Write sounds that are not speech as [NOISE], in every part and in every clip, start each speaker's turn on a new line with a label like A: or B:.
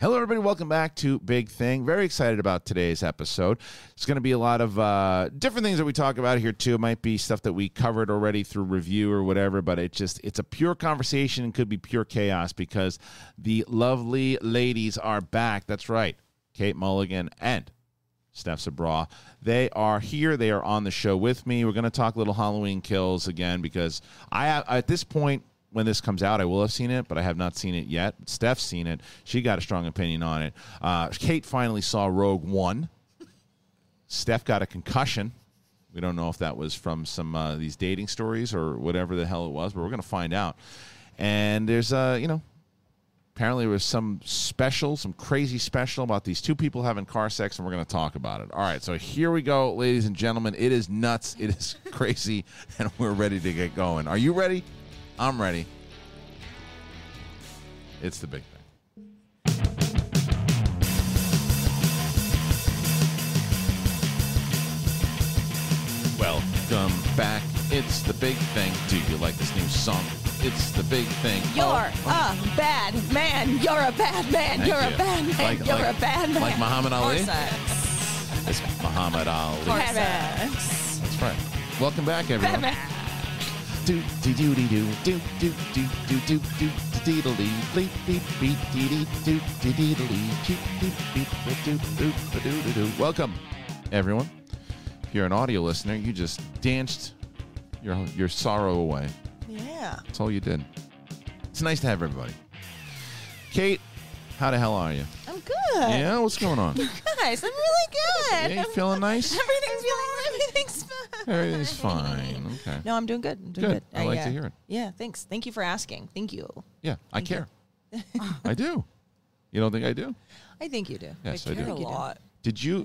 A: Hello, everybody. Welcome back to Big Thing. Very excited about today's episode. It's going to be a lot of uh, different things that we talk about here too. It might be stuff that we covered already through review or whatever, but it just it's a pure conversation and could be pure chaos because the lovely ladies are back. That's right, Kate Mulligan and Steph Sabra. They are here. They are on the show with me. We're going to talk little Halloween kills again because I have, at this point when this comes out, I will have seen it, but I have not seen it yet. Steph's seen it. She got a strong opinion on it. Uh, Kate finally saw Rogue One. Steph got a concussion. We don't know if that was from some uh, these dating stories or whatever the hell it was, but we're going to find out. And there's, uh, you know, apparently there was some special, some crazy special about these two people having car sex, and we're going to talk about it. All right, so here we go, ladies and gentlemen. It is nuts. It is [LAUGHS] crazy, and we're ready to get going. Are you ready? I'm ready. It's the big thing. Welcome back. It's the big thing. Do you like this new song? It's the big thing.
B: You're
A: Oh,
B: a bad man. You're a bad man.
A: Thank
B: You're
A: you.
B: a bad man.
A: Like-
B: You're
A: like-
B: a bad man.
A: like Muhammad Ali?
B: Or sex.
A: it's Muhammad Ali.
B: Or sex.
A: That's right. Welcome back, everyone.
B: Bad man.
A: do do do do do do do do do do do deedly bleep beep beep deedee do do deedly cheep beep beep ba do do ba do do do. Welcome, everyone. If you're an audio listener, you just danced your your sorrow away.
B: Yeah.
A: That's all you did. It's nice to have everybody. Kate, how the hell are you?
B: I'm good.
A: Yeah, what's going on?
B: Nice. I'm really good.
A: Yeah, you feeling nice?
B: Everything's feeling. [LAUGHS] Everything's fine.
A: Everything's fine. Okay.
B: No, I'm doing good. I'm doing
A: Good.
B: good.
A: I like to
B: yeah.
A: hear it.
B: Yeah. Thanks. Thank you for asking. Thank you.
A: Yeah, I
B: Thank you.
A: care. I do. You don't think I do?
B: I think you do.
A: Yes, I do.
B: think you do.
A: Did you?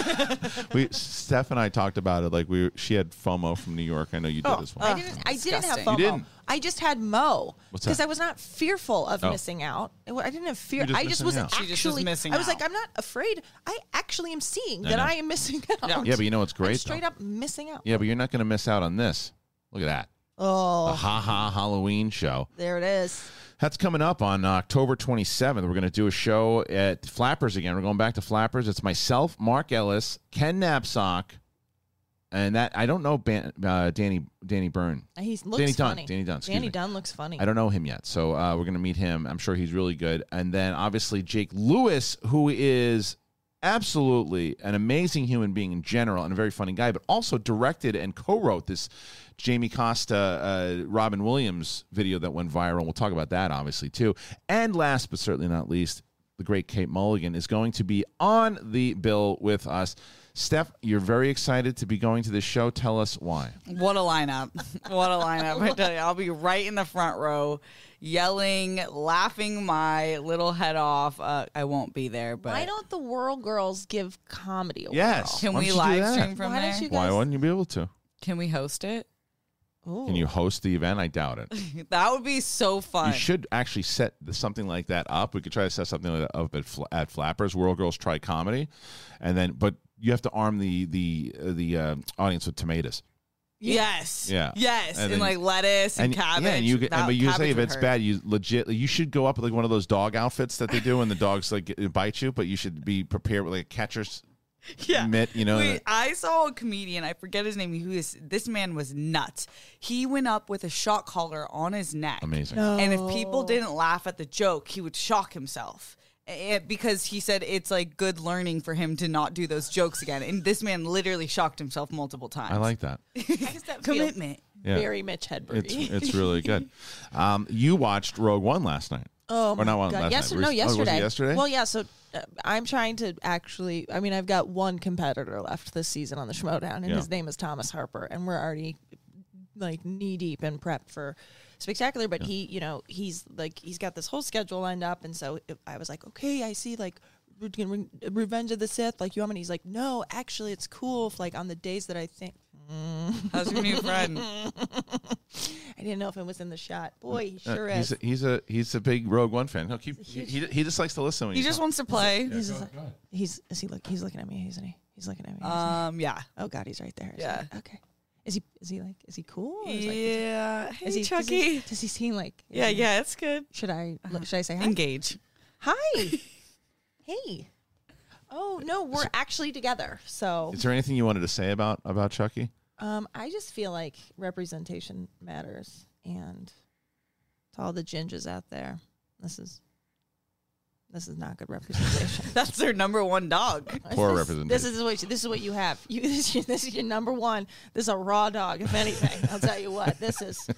A: [LAUGHS] we Steph and I talked about it. Like we, were- she had FOMO from New York. I know you did as well.
B: Oh, I didn't. I didn't have FOMO.
A: You didn't?
B: I just had Mo
A: What's
B: because
A: that?
B: I was not fearful of
A: Oh.
B: missing out. It wa- I didn't have fear.
A: You're just
B: I
A: missing
B: just wasn't
A: out. She
B: actually
C: just was missing
B: I was
C: out.
B: like, I'm not afraid. I actually am seeing
A: I
B: that
A: know.
B: I am missing [LAUGHS] out.
A: yeah, but you know what's
B: I'm
A: great? though?
B: straight up missing out.
A: Yeah, but you're not going to miss out on this. Look at that. The
B: Oh,
A: Ha Ha Halloween show.
B: there it is.
A: That's coming up on October 27th. We're going to do a show at Flappers again. We're going back to Flappers. It's myself, Mark Ellis, Ken Knapsack, and that I don't know Ban- uh, Danny Danny Byrne.
B: He looks
A: Danny Dunn.
B: funny.
A: Danny Dunn, excuse
B: Danny
A: me.
B: Dunn looks funny.
A: I don't know him yet, so uh, we're gonna meet him. I'm sure he's really good. And then obviously Jake Lewis, who is absolutely an amazing human being in general and a very funny guy, but also directed and co-wrote this Jamie Costa, uh, Robin Williams video that went viral. We'll talk about that obviously too. And last but certainly not least, the great Kate Mulligan is going to be on the bill with us. Steph, you're very excited to be going to this show. Tell us why.
D: What a lineup. [LAUGHS] What a lineup. I tell you, I'll be right in the front row yelling, laughing my little head off. Uh, I won't be there, but
B: Why don't the World Girls give comedy a
A: Yes.
D: can
A: Why don't
D: we
A: you do
D: live
A: that?
D: stream from
B: Why
D: there?
B: don't you-
A: Why
B: guys-
A: wouldn't you be able to?
D: Can we host it? [LAUGHS]
B: whirl?
A: Can you host the event? I doubt it.
D: That would be so fun.
A: You should actually set th- something like that up. We could try to set something like that up at, Fla- at Flappers World Girls Try Comedy, and then but you have to arm the the uh, the uh, audience with tomatoes.
D: Yes.
A: Yeah.
D: Yes.
A: And
D: And,
A: then-
D: like lettuce and, cabbage.
A: yeah, and you get,
D: That-
A: and, but you
D: cabbage
A: say if
D: would
A: it's
D: hurt.
A: bad, you legit you should go up with like one of those dog outfits that they do, and the dogs like get- bite you. But you should be prepared with like a catcher's
D: [LAUGHS]
A: mitt. You know,
D: Wait, I saw a comedian. I forget his name. Who is this man was nuts. He went up with a shock collar on his neck.
A: amazing.
D: And if people didn't laugh at the joke, he would shock himself. Eh, because he said it's like good learning for him to not do those jokes again. And this man literally shocked himself multiple times.
A: I
D: [LAUGHS]
A: like
B: [LAUGHS]
A: that.
B: How does that feel?
D: commitment.
A: Yeah.
B: Very Mitch Hedberg.
A: It's it's really
B: [LAUGHS]
A: good. Um, you watched Rogue One last night.
B: Oh,
A: or
B: my
A: not one
B: God.
A: last
B: Yes-
A: night.
B: no,
A: Rec- oh, was it
B: yesterday.
A: yesterday?
B: Well, yeah. So uh, I'm trying to actually. I mean, I've got one competitor left this season on the Schmodown, and
A: Yeah.
B: his name is Thomas Harper, and we're already like knee deep in prep for spectacular. But he, you know, he's like he's got this whole schedule lined up, and so it, I was like, okay, I see like. Re- Re- Revenge of the Sith, like you want me? He's like, no, actually, it's cool. If, like on the days that I think
D: How's your
A: [LAUGHS]
D: new friend?
B: I didn't know if it was in the shot. Boy, he
A: Uh,
B: sure
A: he's
B: is.
A: A, he's a he's a big Rogue One fan. He'll keep he, he, he just likes to listen. When
D: He
A: you
D: just
A: talk.
D: wants to play.
B: he's, just like- he's is he look? He's looking at me, isn't he? He's looking at me. isn't he?
D: Um, yeah.
B: Oh God, he's right there. Is he-
D: Yeah.
B: okay. Is he? Is he like? Is he cool? Or is like,
D: Yeah.
B: Is
D: Hey,
B: he Does he,
D: Chucky. [LAUGHS]
B: does he seem like?
D: Yeah, yeah, it's good.
B: Should I? look Should I say hi?
D: Engage.
B: [LAUGHS] Hi. hey. Oh no, we're actually together. So
A: Is there anything you wanted to say about about Chucky?
B: um, I just feel like representation matters, and to all the gingers out there, this is this is not good representation.
D: That's their number one dog.
A: Poor
B: this,
A: representation.
B: This is what you, this is what you have. You [LAUGHS] this, is- this is your number one. This is a raw dog, if anything. I'll tell you what. This is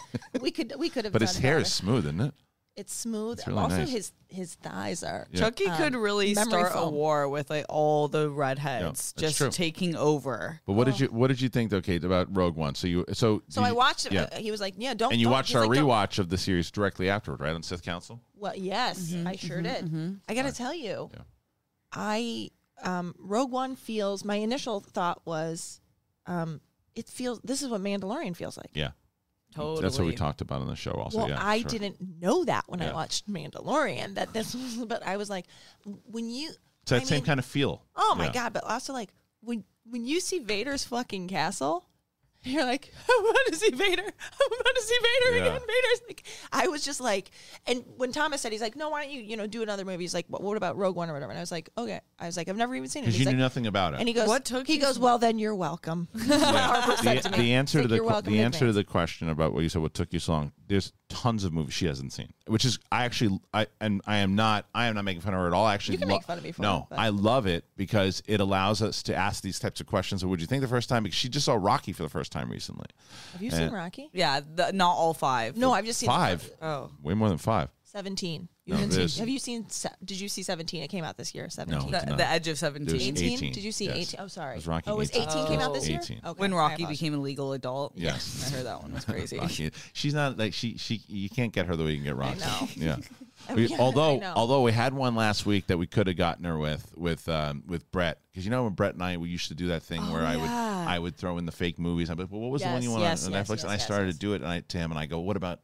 B: we could we could have.
A: but
B: done
A: his hair
B: better.
A: is smooth, isn't it?
B: it's smooth.
A: it's really
B: also,
A: nice.
B: his his thighs are.
A: Yeah.
D: Chucky could
B: Um,
D: really
B: memory
D: start a
B: foam.
D: war with like all the
A: that's
D: redheads just
A: true.
D: taking over.
A: But what did you what did you think though, Kate, about Rogue One? So you so
B: oh. So
A: did
B: I
A: you-
B: watched it.
A: yeah.
B: uh, He was like, "Yeah, don't."
A: and you
B: don't-
A: watched
B: he's
A: our
B: like, "Don't-"
A: rewatch of the series directly afterward, right on Sith Council.
B: Well, yes, I sure did. I got to tell you, I um, Rogue One feels. My initial thought was, um, it feels. This is what Mandalorian feels like.
A: Yeah,
D: Totally.
A: that's what we talked about on the show. Also,
B: Well,
A: yeah,
B: I
A: sure.
B: didn't know that when
A: Yeah.
B: I watched Mandalorian that this was, [LAUGHS] but I was like, when you,
A: It's that
B: I
A: same
B: mean,
A: kind of feel.
B: oh my
A: Yeah.
B: god! But also like when when you see Vader's fucking castle, [LAUGHS] you're like, [LAUGHS] I'm about to see Vader. [LAUGHS] I'm about to see Vader
A: Yeah.
B: again. Vader's like, I was just like, and when Thomas said he's like, no, why don't you you know do another movie? He's like, what, what about Rogue One or whatever? And I was like, okay. I was like, I've never even seen it.
A: because
B: He's
A: you
B: like,
A: knew nothing about it.
B: and he goes,
D: What took
B: he
D: you
B: goes,
D: so-
B: well, then you're welcome. [LAUGHS] Harper said
A: the,
B: to me.
A: the answer to
B: He's like,
A: the
B: "You're
A: que-
B: welcome
A: the
B: in
A: answer to
B: advance."
A: the question about what you said what took you so long there's tons of movies she hasn't seen which is i actually i and i am not i am not making fun of her at all I actually
B: You can
A: lo-
B: make fun of me for
A: no
B: it, but-
A: i love it because it allows us to ask these types of questions of would you think the first time because she just saw rocky for the first time recently
B: Have you seen Rocky?
D: yeah, the, not all five.
B: No, I've just seen the
A: uh, five
D: Oh.
A: way more than five
B: 17.
A: No,
B: You've been
A: there's-
B: seen- have you seen? se- Did you see 17? It came out this year. 17.
A: No.
D: The, the Edge
A: There's
D: of 17.
B: Eighteen?
A: 18,
B: Did you see
A: yes.
B: 18? Oh, sorry.
A: It was Rocky
B: oh, it was
A: 18.
B: 18 came out this year?
A: 18.
B: Okay.
D: When Rocky
B: I apologize.
D: became a legal adult.
A: Yes.
D: I heard that one was crazy.
A: [LAUGHS] Rocky. she's not like she she you can't get her the way you can get rocky
B: know.
A: yeah
B: [LAUGHS] I
A: We-
B: mean, I
A: although
B: know.
A: although we had one last week that we could have gotten her with with um, with Brett because you know when Brett and I we used to do that thing where I would I would throw in the fake movies. I'm like, well, what was the one
B: Oh, Yes,
A: you want
B: yes,
A: on, on
B: yes,
A: Netflix?
B: yes,
A: and I
B: yes,
A: started
B: yes.
A: to do it, and I to him and I go, what about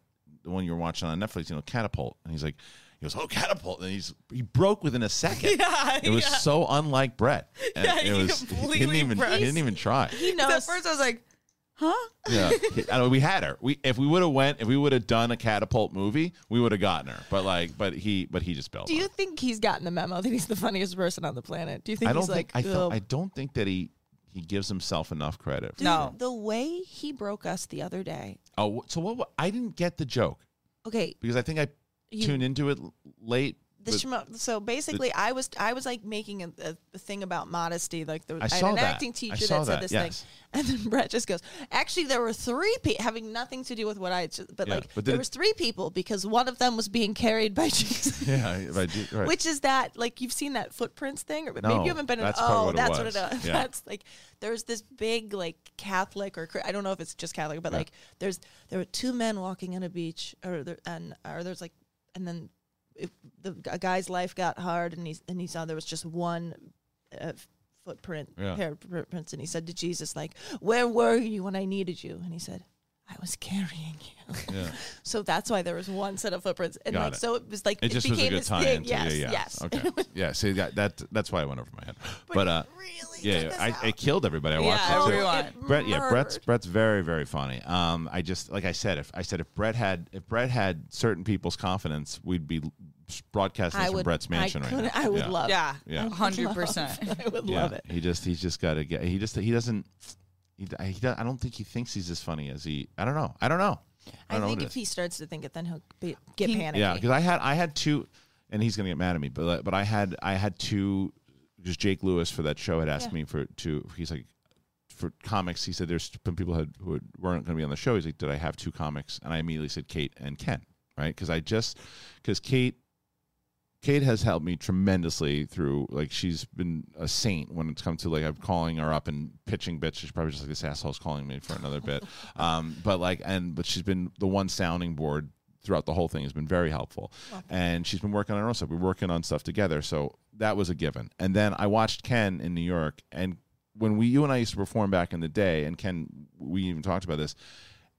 A: the one you were watching on Netflix? You know, Catapult. And he's like, he goes, oh, Catapult. And he's he broke within a
B: [LAUGHS]
A: second.
D: Yeah,
A: it was
D: yeah.
A: so unlike Brett. And
D: Yeah,
A: it
D: he
A: was he didn't
D: completely
A: even he
D: broke.
A: didn't even try.
B: He knows.
D: [LAUGHS] At first, I was like,
A: Yeah, I know we had her. We if we would have went if we would have done a catapult movie, we would have gotten her. But like, but he but he just bailed.
B: Do
A: on
B: you
A: it.
B: think he's gotten the memo that he's the [LAUGHS] funniest person on the planet? Do you think
A: I don't
B: he's
A: think
B: like, uh,
A: I, don't-
B: "Ugh."
A: I don't think that he he gives himself enough credit.
B: Dude,
D: No.
B: The way he broke us the other day.
A: Oh, so what? wa- I didn't get the joke
B: Okay.
A: because I think I
B: You-
A: tuned into it l- late.
B: the schmo- so basically i was i was like making a, a, a thing about modesty like there was
A: I
B: I had
A: saw
B: an
A: that.
B: acting
A: I
B: teacher
A: saw
B: said
A: that,
B: this
A: yes.
B: thing and then [LAUGHS] brett just goes actually there were three people having nothing to do with what i just, but
A: Yeah,
B: like
A: but did
B: there
A: it-
B: was three people because one of them was being carried by [LAUGHS]
A: [LAUGHS]
B: jesus
A: Yeah, if I do- right.
B: Which is that like you've seen that footprints thing, or maybe
A: No,
B: you haven't been. in-
A: that's probably
B: oh,
A: what it
B: that's
A: was.
B: what it is.
A: Yeah.
B: [LAUGHS] That's like there's this big like Catholic or Chri- I don't know if it's just Catholic, but like there's there were two men walking on a beach, or there, and or there's like and then it, the g- a guy's life got hard, and he and he saw there was just one. Uh, f- footprint
A: Yeah.
B: pair of footprints and he said to jesus like where were you when i needed you and he said i was carrying you
A: Yeah.
B: [LAUGHS] so that's why there was one set of footprints and
A: Got
B: like
A: it.
B: so it was like
A: It just was a
B: became
A: good
B: this
A: tie
B: thing.
A: in. to-
B: yes
A: yeah, yeah.
B: yes
A: Okay. yeah. See that, that that's why I went over my head.
B: [LAUGHS]
A: But, uh,
B: really
A: yeah,
B: took us
A: I, I
B: out. Oh,
A: killed everybody. I
D: Yeah,
A: watched it, too.
D: everyone.
A: Brett, yeah, Brett's
B: murdered.
A: Brett's very very funny. Um, I just like I said, if I said if Brett had if Brett had certain people's confidence, we'd be broadcasting
B: I
A: this from
B: would,
A: Brett's mansion
B: I
A: right now.
B: couldn't- I would
A: Yeah.
B: love.
D: Yeah,
A: Yeah. I would
D: hundred percent.
B: [LAUGHS] I would
A: Yeah.
B: love it.
A: He just he's just got to get. He just he doesn't. He, d- he, do- I don't think he thinks he's as funny as he. I don't know. I don't know. I,
B: I
A: don't know
B: think
A: what it
B: if
A: is.
B: he starts to think it, then he'll be, get
D: He-
B: panicky.
A: Yeah, because I had I had two, and he's gonna get mad at me, but but I had I had two. Because Jake Lewis for that show had asked me for two. He's like, for comics, he said there's some people had, who weren't going to be on the show. He's like, did I have two comics? And I immediately said Kate and Ken, right? Because I just because Kate Kate has helped me tremendously through like she's been a saint when it's come to like I'm calling her up and pitching bitch. She's probably just like this asshole's calling me for another bit. Um, but like and but she's been the one sounding board throughout the whole thing has been very helpful. And she's been working on her own stuff. We're working on stuff together. So that was a given. And then I watched Ken in New York and when we you and I used to perform back in the day and Ken we even talked about this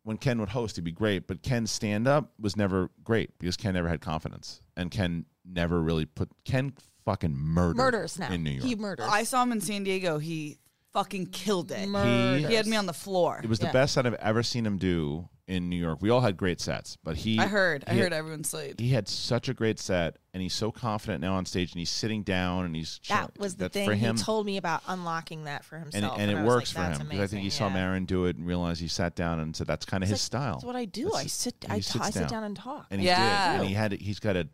A: when Ken would host, he'd be great, but Ken's stand up was never great because Ken never had confidence. And Ken never really put Ken fucking murdered
B: murders now.
A: in New York.
B: He murders.
D: I saw him in San Diego. He fucking killed it.
B: Murders.
D: He had me on the floor.
A: it was the best set I've ever seen him do in New York. We all had great sets, but he
D: I heard. I
A: he-
D: heard everyone slayed.
A: He had such a great set, and he's so confident now on stage, and he's sitting down, and he's showing-
B: that was the
A: that's
B: thing
A: for him.
B: he told me about unlocking that for
A: and,
B: himself,
A: and it
B: I was
A: works
B: like,
A: for
B: "That's
A: him because I think he
B: amazing."
A: saw
B: Yeah.
A: Marin do it and realized he sat down and said that's kind of his
B: like,
A: style.
B: "That's what I do. I sit- I
A: he
B: ta-
A: sits
B: I sit down and talk."
A: And he
D: Yeah.
A: did. And he had. He's got a.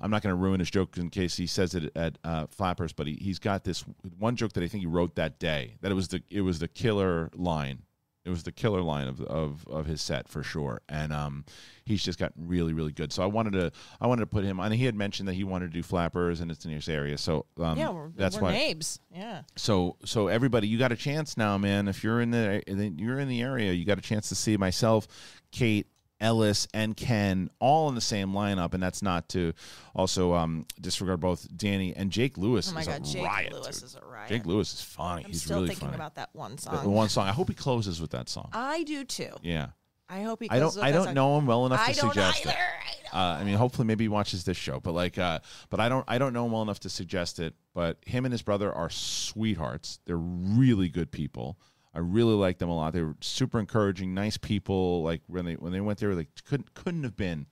A: I'm not going to ruin his joke in case he says it at uh, Flappers, but he, he's got this one joke that I think he wrote that day. That it was the it was the killer line. It was the killer line of, of, of his set for sure, and um, he's just gotten really really good. So I wanted to I wanted to put him on. He had mentioned that he wanted to do Flappers, and it's in his area, so um,
B: yeah, we're,
A: that's
B: we're
A: why
B: neighbors. Yeah,
A: so so everybody you got a chance now man if you're in the then you're in the area you got a chance to see myself kate ellis and ken all in the same lineup and that's not to also um disregard both danny and jake lewis
B: Oh my
A: is
B: God,
A: a
B: Jake
A: riot
B: Lewis
A: dude.
B: is a riot.
A: jake lewis is funny
B: I'm
A: he's
B: still
A: really
B: thinking
A: funny
B: about that one
A: The- the
B: song. Uh,
A: one song i hope he closes with that song
B: I do too.
A: yeah
B: I hope he.
A: I don't.
B: closes with
A: I
B: that
A: don't
B: song.
A: know him well enough
B: I
A: to
B: don't
A: suggest
B: either.
A: it. Uh, I mean, hopefully, maybe he watches this show, but like, uh, but I don't, I don't know him well enough to suggest it. But him and his brother are sweethearts. They're really good people. I really like them a lot. They were super encouraging, nice people. Like when they when they went there, like couldn't couldn't have been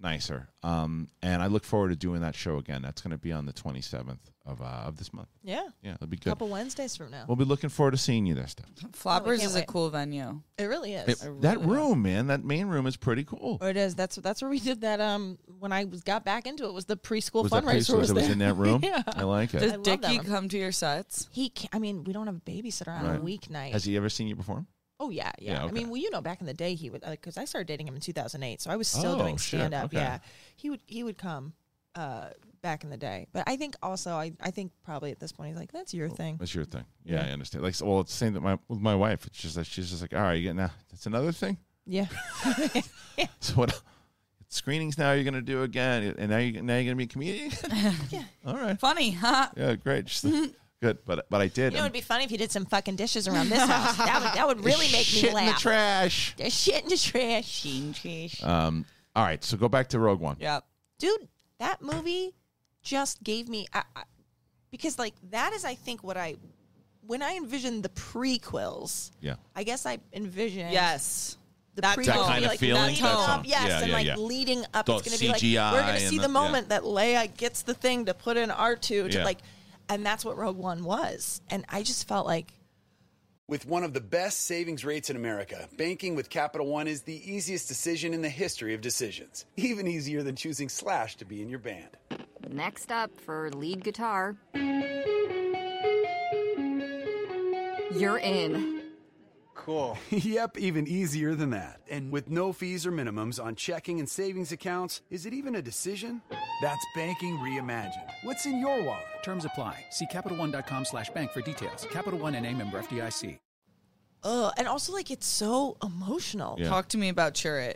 A: nicer. Um, and I look forward to doing that show again. That's going to be on the twenty seventh of uh, of this month.
B: Yeah,
A: Yeah, it'll be
B: a
A: good.
B: couple Wednesdays from now.
A: We'll be looking forward to seeing you there, Steph.
D: Flappers
B: can't
D: is a
B: wait.
D: cool venue.
B: it really is.
A: It- that room, man, that main room is pretty cool.
B: Oh, it is. That's that's where we did that. Um, when I was got back into it, was the preschool
A: Was that
B: fundraiser.
A: preschool-
B: was
A: it was
B: there. [LAUGHS]
A: in that room?
B: yeah.
A: I like it.
D: Does
B: I love that
D: Dickie
B: room.
D: come to your sets?
B: He, can, I mean, we don't have a babysitter on a weeknight.
A: Has he ever seen you perform?
B: oh yeah, yeah.
A: Yeah,
B: I
A: okay.
B: mean, well, you know, back in the day, he would because I started dating him in 2008, so I was still
A: Oh,
B: doing
A: shit,
B: stand up.
A: okay.
B: Yeah, he would he would come uh, back in the day, but I think also I I think probably at this point he's like that's
A: Oh,
B: your thing.
A: That's your thing. Yeah, I understand. Like, so- well, it's the same that my with my wife. It's just like she's just like, all right, you get now. It's another thing. [LAUGHS]
B: Yeah,
A: So what? Screenings now you're gonna do again, and now you now you're gonna be a
B: [LAUGHS]
A: comedian. yeah. All right.
D: Funny, huh?
A: Yeah, great. Just like, good, but but I did.
B: Mm-hmm. you know, it'd be funny if he did some fucking dishes around
A: [LAUGHS]
B: this house. That would that would really make
A: shit
B: me
A: in the
B: laugh.
A: trash.
B: There's [LAUGHS] shit in the trash. trash.
A: Um. All right. So go back to Rogue One.
D: Yep.
B: dude, that movie just gave me I, I, because like that is I think what I when I envisioned the prequels.
A: Yeah.
B: I guess I envisioned
D: Yes.
B: the
D: That
B: prequels
D: tone. That
B: be,
D: kind of
B: like
A: feeling,
B: leading
D: that
B: up,
D: tone.
B: yes,
A: Yeah,
B: and
A: yeah,
B: like
A: yeah.
B: leading up.
A: The
B: it's gonna be like we're
A: CGI
B: gonna
A: and
B: see
A: the-
B: the,
A: yeah.
B: moment that Leia gets the thing to put in R two, to
A: Yeah.
B: like, and that's what Rogue One was, and I just felt like
C: With one of the best savings rates in America, banking with Capital One is the easiest decision in the history of decisions. Even easier than choosing Slash to be in your band.
E: Next up for lead guitar. You're in.
F: [LAUGHS]
C: Cool. yep, even easier than that. And with no fees or minimums on checking and savings accounts, is it even a decision? That's banking reimagined. What's in your wallet?
G: Terms apply. See CapitalOne.com slash bank for details. Capital One and a member FDIC.
B: Ugh, and also like it's so emotional.
G: Yeah. Talk
B: to me about Churit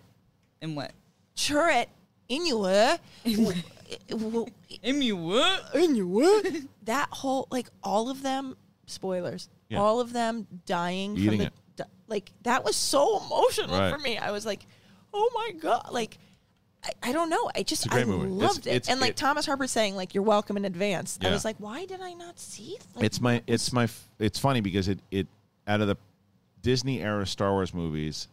B: and what Churit Inuit.
D: Inuit.
B: Inuit. That whole like all of them spoilers.
A: Yeah.
B: All of them dying
A: Eating
B: from
A: it.
B: the di- like that was so emotional
A: Right.
B: for me. I was like, oh my god, like. I, I don't know. I
A: It's
B: just
A: a
B: I
A: great movie. It's-
B: loved it,
A: it's-
B: and like
A: it-
B: Thomas Harper saying, like you're welcome in advance. I
A: Yeah.
B: was like, why did I not see? Like,
A: it's my it's my f- it's funny because it it out of the Disney era Star Wars movies,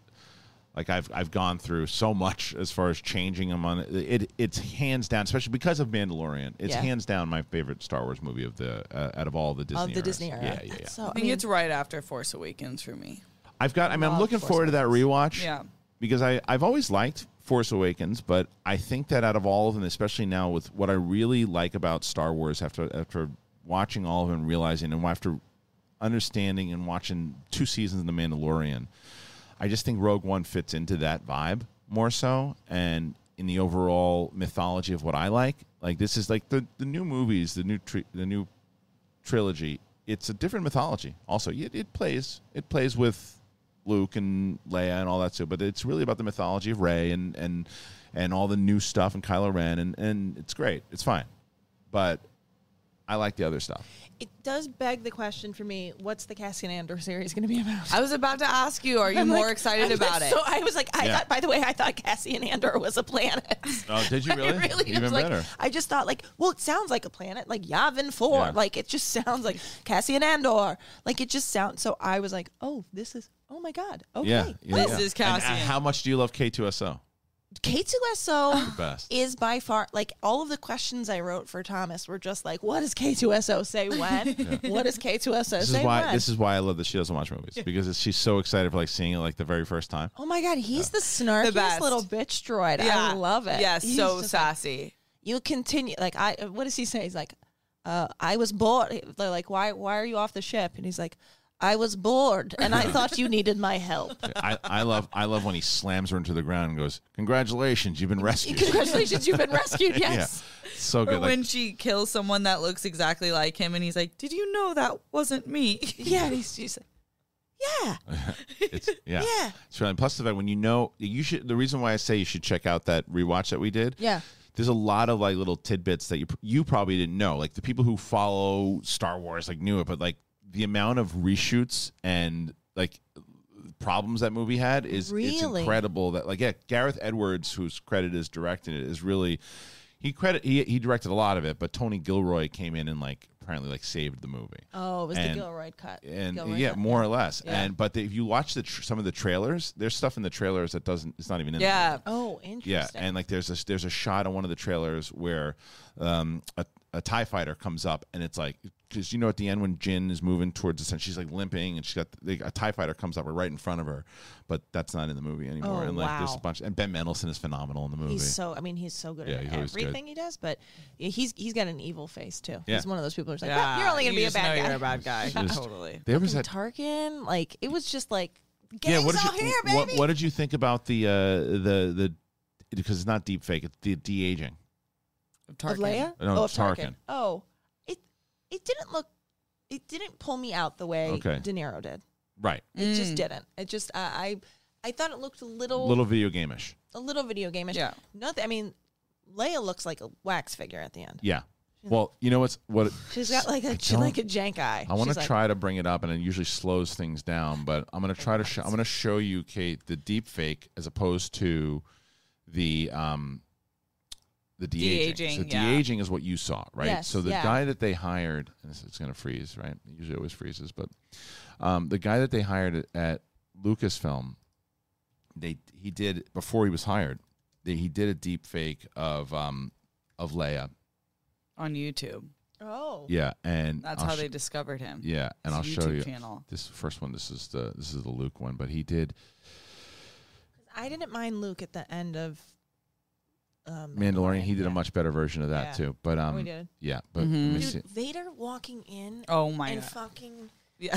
A: like I've I've gone through so much as far as changing them on it. It's hands down, especially because of Mandalorian. It's
D: Yeah.
A: hands down my favorite Star Wars movie of the uh, out of all the Disney
D: Of the
A: eras.
D: Disney era.
A: Yeah, yeah, yeah.
D: That's I think it's right after Force Awakens for me.
A: I've got. I mean, I'm
D: Love
A: looking
D: Force
A: forward to that rewatch.
D: Yeah.
A: Because I I've always liked Force Awakens, but I think that out of all of them, especially now with what I really like about Star Wars, after after watching all of them, and realizing and after understanding and watching two seasons of The Mandalorian, I just think Rogue One fits into that vibe more so, and in the overall mythology of what I like. Like this is like the the new movies, the new tri- the new trilogy, it's a different mythology. Also, it, it plays it plays with Luke and Leia and all that too, but it's really about the mythology of Rey and and and all the new stuff and Kylo Ren and and it's great. It's fine, but I like the other stuff.
B: it does beg the question for me. What's the Cassian Andor series going to be about?
D: I was about to ask you, are you
B: I'm
D: more
B: like-
D: excited
B: I'm like
D: about it?
B: So I was like, I
A: Yeah.
B: thought. By the way, I thought Cassian Andor was a planet.
A: [LAUGHS] Oh, did you really?
B: [LAUGHS] I really
A: Even
B: was like-
A: better.
B: I just thought like, well, it sounds like a planet, like Yavin Four.
A: Yeah.
B: Like it just sounds like Cassian Andor. Like it just sounds. So I was like, oh, this is. Oh my God. Okay.
A: Yeah, yeah,
B: This
A: yeah.
B: is
A: And, uh,
B: Cassian.
A: how much do you love K2SO? The
B: K2SO
A: best.
B: is by far like all of the questions I wrote for Thomas were just like, what does K2SO
D: [LAUGHS]
B: say when?
A: Yeah.
B: What does K2SO
A: This
B: say
A: is why
B: when?
A: this is why I love that she doesn't watch movies because it's, she's so excited for like seeing it like the very first
B: [LAUGHS]
A: time.
B: Oh my god, he's the snarkiest
D: best.
B: little bitch droid. I
D: Yeah.
B: love it.
D: Yeah,
B: He's
D: so
B: just
D: sassy.
B: you continue like I. What does he say? He's like, uh, "I was bored." They're like, "Why? Why are you off the ship?" And he's like, "I was bored, and I thought you needed my
A: [LAUGHS]
B: help." [LAUGHS]
A: I, I love I love when he slams her into the ground and goes, "Congratulations,
B: [LAUGHS]
A: you've been rescued."
B: Congratulations, you've been rescued. Yes.
A: Yeah. So good.
D: Or
A: Like,
D: when she kills someone that looks exactly like him, and he's like, "Did you know that wasn't me?" [LAUGHS]
B: yeah, and he's just like, [LAUGHS]
A: it's, yeah. It's really, plus the fact when you know you should the reason why I say you should check out that rewatch that we did.
B: Yeah.
A: There's a lot of like little tidbits that you you probably didn't know. Like the people who follow Star Wars like knew it, but like the amount of reshoots and like problems that movie had is it's
B: Really?
A: incredible that like yeah, Gareth Edwards whose credit is directing it is really he credit he, he directed a lot of it, but Tony Gilroy came in and like apparently like saved the movie.
B: "Oh, it was
A: And-
B: the Gilroy cut."
A: and
B: Gilroy
A: yeah,
B: cut.
A: more or less.
B: Yeah.
A: And but the, if you watch the tr- some of the trailers, there's stuff in the trailers that doesn't. It's not even in.
B: Yeah.
A: The movie.
B: Oh, [LAUGHS] interesting.
A: Yeah, and like there's a there's a shot on one of the trailers where um, a a tie fighter comes up and it's like because you know at the end when Jin is moving towards the center, she's like limping and she got like, a tie fighter comes up right in front of her, but that's not in the movie anymore.
B: Oh,
A: and like there's a
B: wow.
A: bunch. And Ben Mendelsohn is phenomenal in the movie.
B: He's so. I mean, he's so good
A: Yeah,
B: at
A: he's always good.
B: everything he does. But he's he's got an evil face too.
A: Yeah.
B: He's one of those people who's like,
D: Yeah,
B: "Well, you're only gonna
D: you
B: be a
D: just
B: bad
D: know
B: guy.
D: you're a
A: [LAUGHS]
D: bad guy.
A: Just-
D: totally.
A: there was that
B: Tarkin. Like it was just like,
A: yeah,
B: "Gang's
A: what did
B: all
A: you
B: here, baby."
A: what, what did you think about the uh, the the because it's not deep fake, it's the de aging.
B: Of Leia?
A: No,
B: oh,
A: it's
B: of Tarkin.
A: Tarkin.
B: Oh, it it didn't look. It didn't pull me out the way
A: Okay.
B: De Niro did.
A: Right.
B: It
D: Mm.
B: just didn't. It just I I, I thought it looked a little,
A: Little video gameish.
B: a little video gameish.
D: Yeah.
B: Nothing. I mean, Leia looks like a wax figure at the end.
A: Yeah. Well, you know what's what
B: She's got like
A: I
B: a she, [LAUGHS] like a
A: don't-
B: jank eye.
A: I want
B: She's
A: to
B: like,
A: try to bring it up, and it usually slows things down. But I'm gonna try to show. I'm gonna show you, Kate, the deep fake as opposed to the um the de aging.
D: De-aging,
A: So
D: yeah.
A: de aging is what you saw, right?
D: Yes,
A: so the
D: yeah.
A: guy that they hired, and this is gonna freeze, right? It usually always freezes, but um, the guy that they hired at, at Lucasfilm, they he did before he was hired, they, he did a deep fake of um of Leia.
D: on YouTube.
B: Oh,
A: Yeah, and
D: That's
A: I'll
D: how
A: sh-
D: they discovered him.
A: Yeah, and
D: His
A: I'll show
D: YouTube
A: you
D: channel.
A: this first one. This is the this is the Luke one, but he did.
B: I didn't mind Luke at the end of um,
A: Mandalorian. He did a much better version of that
B: Yeah.
A: too. But um,
B: We did.
A: yeah. But
D: Mhm.
A: let me
D: Dude,
A: see.
B: Vader walking in.
D: Oh my
B: And
D: God.
B: fucking
D: [LAUGHS] Yeah.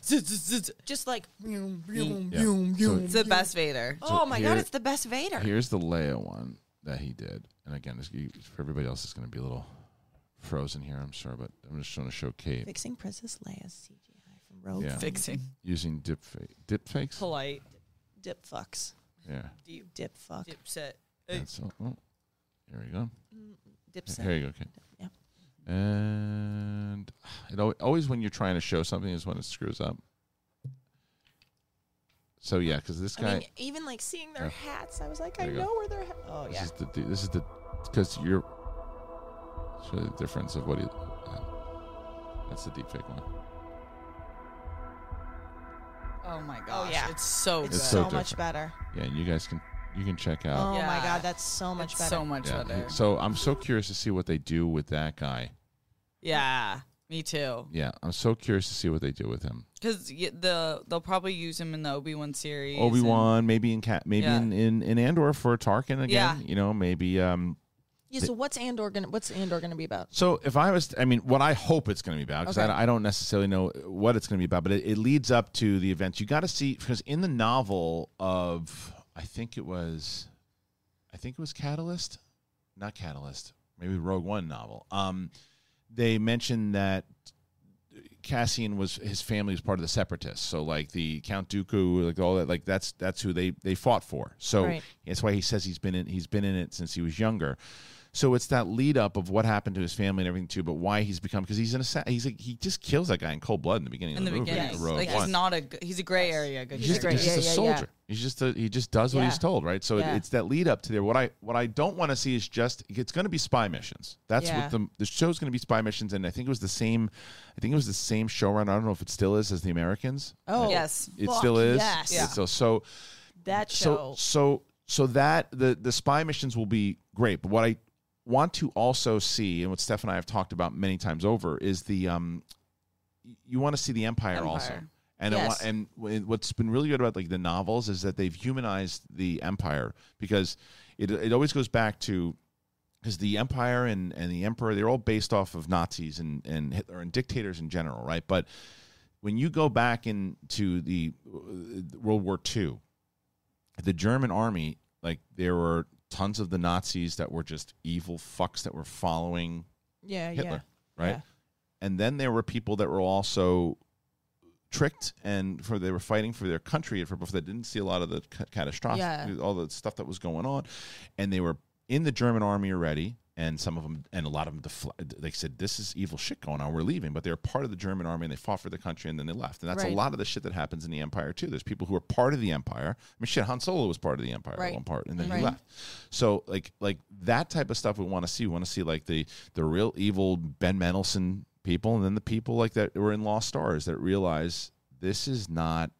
B: just like.
A: Yeah. So-
D: It's the
A: [LAUGHS]
D: best Vader.
B: Oh my
A: here-
B: god, it's the best Vader.
A: Here's the Leia one that he did, and again, this, you- for everybody else, it's going to be a little frozen here. I'm sorry, but I'm just going to show Kate.
B: Fixing Princess Leia's CGI from Rogue.
A: Yeah.
B: One.
D: Fixing.
A: using dip fake dip fakes.
D: Polite.
B: Dip fucks.
A: Yeah.
B: Deep dip fuck.
D: Dip set.
A: That's all. Oh, there we go.
B: Dip set.
A: Here you go. Kate.
B: Yeah.
A: And it al- always when you're trying to show something is when it screws up. So yeah, because this guy.
B: I mean, even like seeing their
A: Yeah.
B: hats, I was like,
A: There
B: I
A: you go.
B: know where their ha- Oh
A: This
B: yeah.
A: is the du- this is the because you're show the difference of what he. yeah. That's the deep fake one.
D: Oh my
B: Oh,
D: gosh.
B: yeah.
D: It's so
B: It's
D: good.
B: so
A: different.
B: much better.
A: Yeah, and you guys can you can check out.
B: Oh my
D: Yeah.
B: god, that's so much
D: It's
B: better.
D: so much
A: yeah.
D: better.
A: So I'm so curious to see what they do with that guy.
D: yeah. Me too.
A: Yeah, I'm so curious to see what they do with him.
D: Because the they'll probably use him in the Obi Wan series.
A: Obi
D: and-
A: Wan, maybe in Cat, maybe
D: Yeah.
A: in, in in Andor for Tarkin again.
D: Yeah.
A: You know, maybe. um
B: Yeah. So what's Andor gonna? What's Andor gonna be about?
A: So if I was, I mean, what I hope it's going to be about because
B: Okay.
A: I, I don't necessarily know what it's going to be about, but it, it leads up to the events. You got to see because in the novel of I think it was, I think it was Catalyst, not Catalyst, maybe Rogue One novel. Um, they mentioned that Cassian was his family was part of the separatists. So like the Count Dooku, like all that, like that's that's who they they fought for. So
B: Right.
A: that's why he says he's been in he's been in it since he was younger. So it's that lead up of what happened to his family and everything too, but why he's become because he's an assa- he's like he just kills that guy in cold blood in the beginning
D: in
A: of
D: the
A: the, movie.
D: beginning.
A: Rogue
D: Like
A: One.
D: he's not a g- he's a gray area good
A: He's just,
D: character.
A: he's just a soldier. He's just a, he just does what he's
B: Yeah.
A: told, right? So it-
B: Yeah.
A: it's that lead up to there. What I what I don't want to see is just it's going to be spy missions. That's
B: Yeah.
A: what the the show's going to be spy missions, and I think it was the same. I think it was the same showrunner. I don't know if it still is as the Americans.
B: Oh
D: Yes.
A: It
B: fuck
A: still is.
B: Yes.
A: It's still, so
B: That
A: so
B: show.
A: so so that the the spy missions will be great but what i want to also see and what steph and i have talked about many times over is the um y- you want to see the empire, also
D: Empire.
A: and I wa-
B: Yes.
A: and w- what's been really good about like the novels is that they've humanized the empire because it it always goes back to because the empire and, and the emperor they're all based off of nazis and, and hitler and dictators in general right but when you go back into the uh, world war ii the german army like there were tons of the nazis that were just evil fucks that were following
B: Uh, yeah.
A: hitler
B: yeah.
A: right
B: Yeah.
A: and then there were people that were also tricked and for they were fighting for their country for before they didn't see a lot of the ca- catastrophic
B: Yeah.
A: all the stuff that was going on and they were in the german army already and some of them and a lot of them defl- they said this is evil shit going on we're leaving but they were part of the german army and they fought for the country and then they left and that's a
B: Right.
A: lot of the shit that happens in the empire too there's people who are part of the empire i mean shit han solo was part of the empire at
B: Right.
A: one part and then he
B: Right.
A: left so like like that type of stuff we want to see. We want to see like the the real evil Ben Mendelsohn people, and then the people like that were in Lost Stars that realize this is not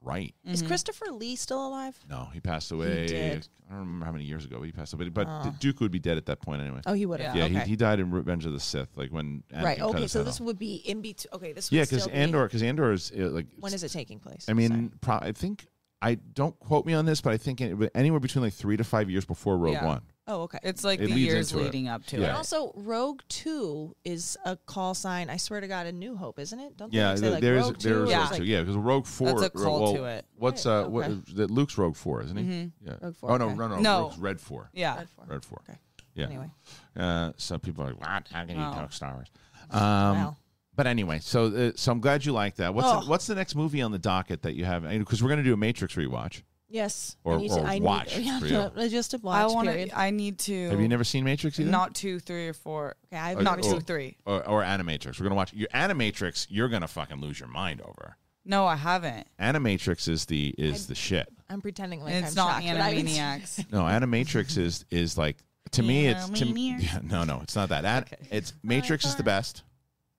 A: right.
B: Is
D: Mm-hmm.
B: Christopher Lee still alive?
A: No, he passed away.
B: did.
A: I don't remember how many years ago but he passed away, but
B: Oh.
A: Duke would be dead at that point anyway.
B: Oh, he would have.
A: yeah,
B: okay.
A: he, he died in Revenge of the Sith, like when Anakin
B: right.
A: Cut
B: Okay.
A: his
B: So
A: head
B: this
A: off.
B: would be in between. Okay. This. Would
A: yeah,
B: because
A: because Andor, because Andor is uh, like
B: When is it taking place?
A: I mean, pro- I think I don't quote me on this, but I think it, anywhere between like three to five years before Rogue
D: Yeah.
A: One.
B: Oh, okay.
D: It's like
A: It
D: the
A: leads
D: years
A: into it.
D: leading up to
A: Yeah.
B: And
D: it.
B: also, Rogue Two is a call sign. I swear to God, a New Hope, isn't it? Don't
A: Yeah,
B: they say
A: there
B: like
A: there is
B: Rogue
A: there is
B: Two? or
A: yeah.
B: it's
A: two.
B: like-
A: Yeah, because Rogue Four.
D: That's a call
A: well,
D: to it.
A: What's
B: Right,
A: uh? What,
B: okay. Mm-hmm.
A: that Luke's Rogue Four, isn't he? Yeah.
B: Rogue
A: Oh
B: Four,
A: no,
B: okay.
A: no, no,
D: No.
A: Rogue's Red Four.
D: Yeah.
B: Red Four.
A: Red Four.
B: Okay.
A: Yeah.
B: Anyway.
A: Uh, some people are like, what? How can you
D: Oh.
A: talk Star Wars? Um,
B: Wow.
A: But anyway, so uh, so I'm glad you like that. What's
B: Oh.
A: the, what's the next movie on the docket that you have? Because we're gonna do a Matrix rewatch.
B: Yes.
A: Or- or watch
B: [LAUGHS]
A: for you.
B: no, just a
D: I
B: watch
D: want
B: period.
D: to. I need to.
A: Have you never seen Matrix either?
D: Not two, three, or four.
B: Okay, I've
A: Or-
D: not
B: never
D: two,
B: seen-
A: or,
D: three.
A: Or, or Animatrix. We're gonna watch your Animatrix. You're gonna fucking lose your mind over.
D: No, I haven't.
A: Animatrix is the is the shit.
B: I'm pretending like
D: And it's
B: I'm
D: not
B: shocked, but I haven't seen- [LAUGHS]
D: Animaniacs.
A: No, Animatrix is is like to me it's to me
D: Animaniacs?
A: yeah, [LAUGHS] no no it's not that. An- It's Matrix is the best,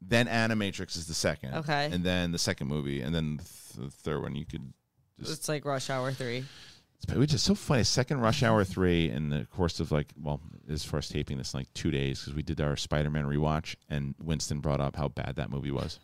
A: then Animatrix is the second,
D: Okay.
A: and then the second movie, and then the th- the third one. You could just
D: It's like Rush Hour three.
A: it's, which is so funny. Second Rush Hour three in the course of like well as far as taping this in like two days because we did our Spider Man rewatch and Winston brought up how bad that movie was.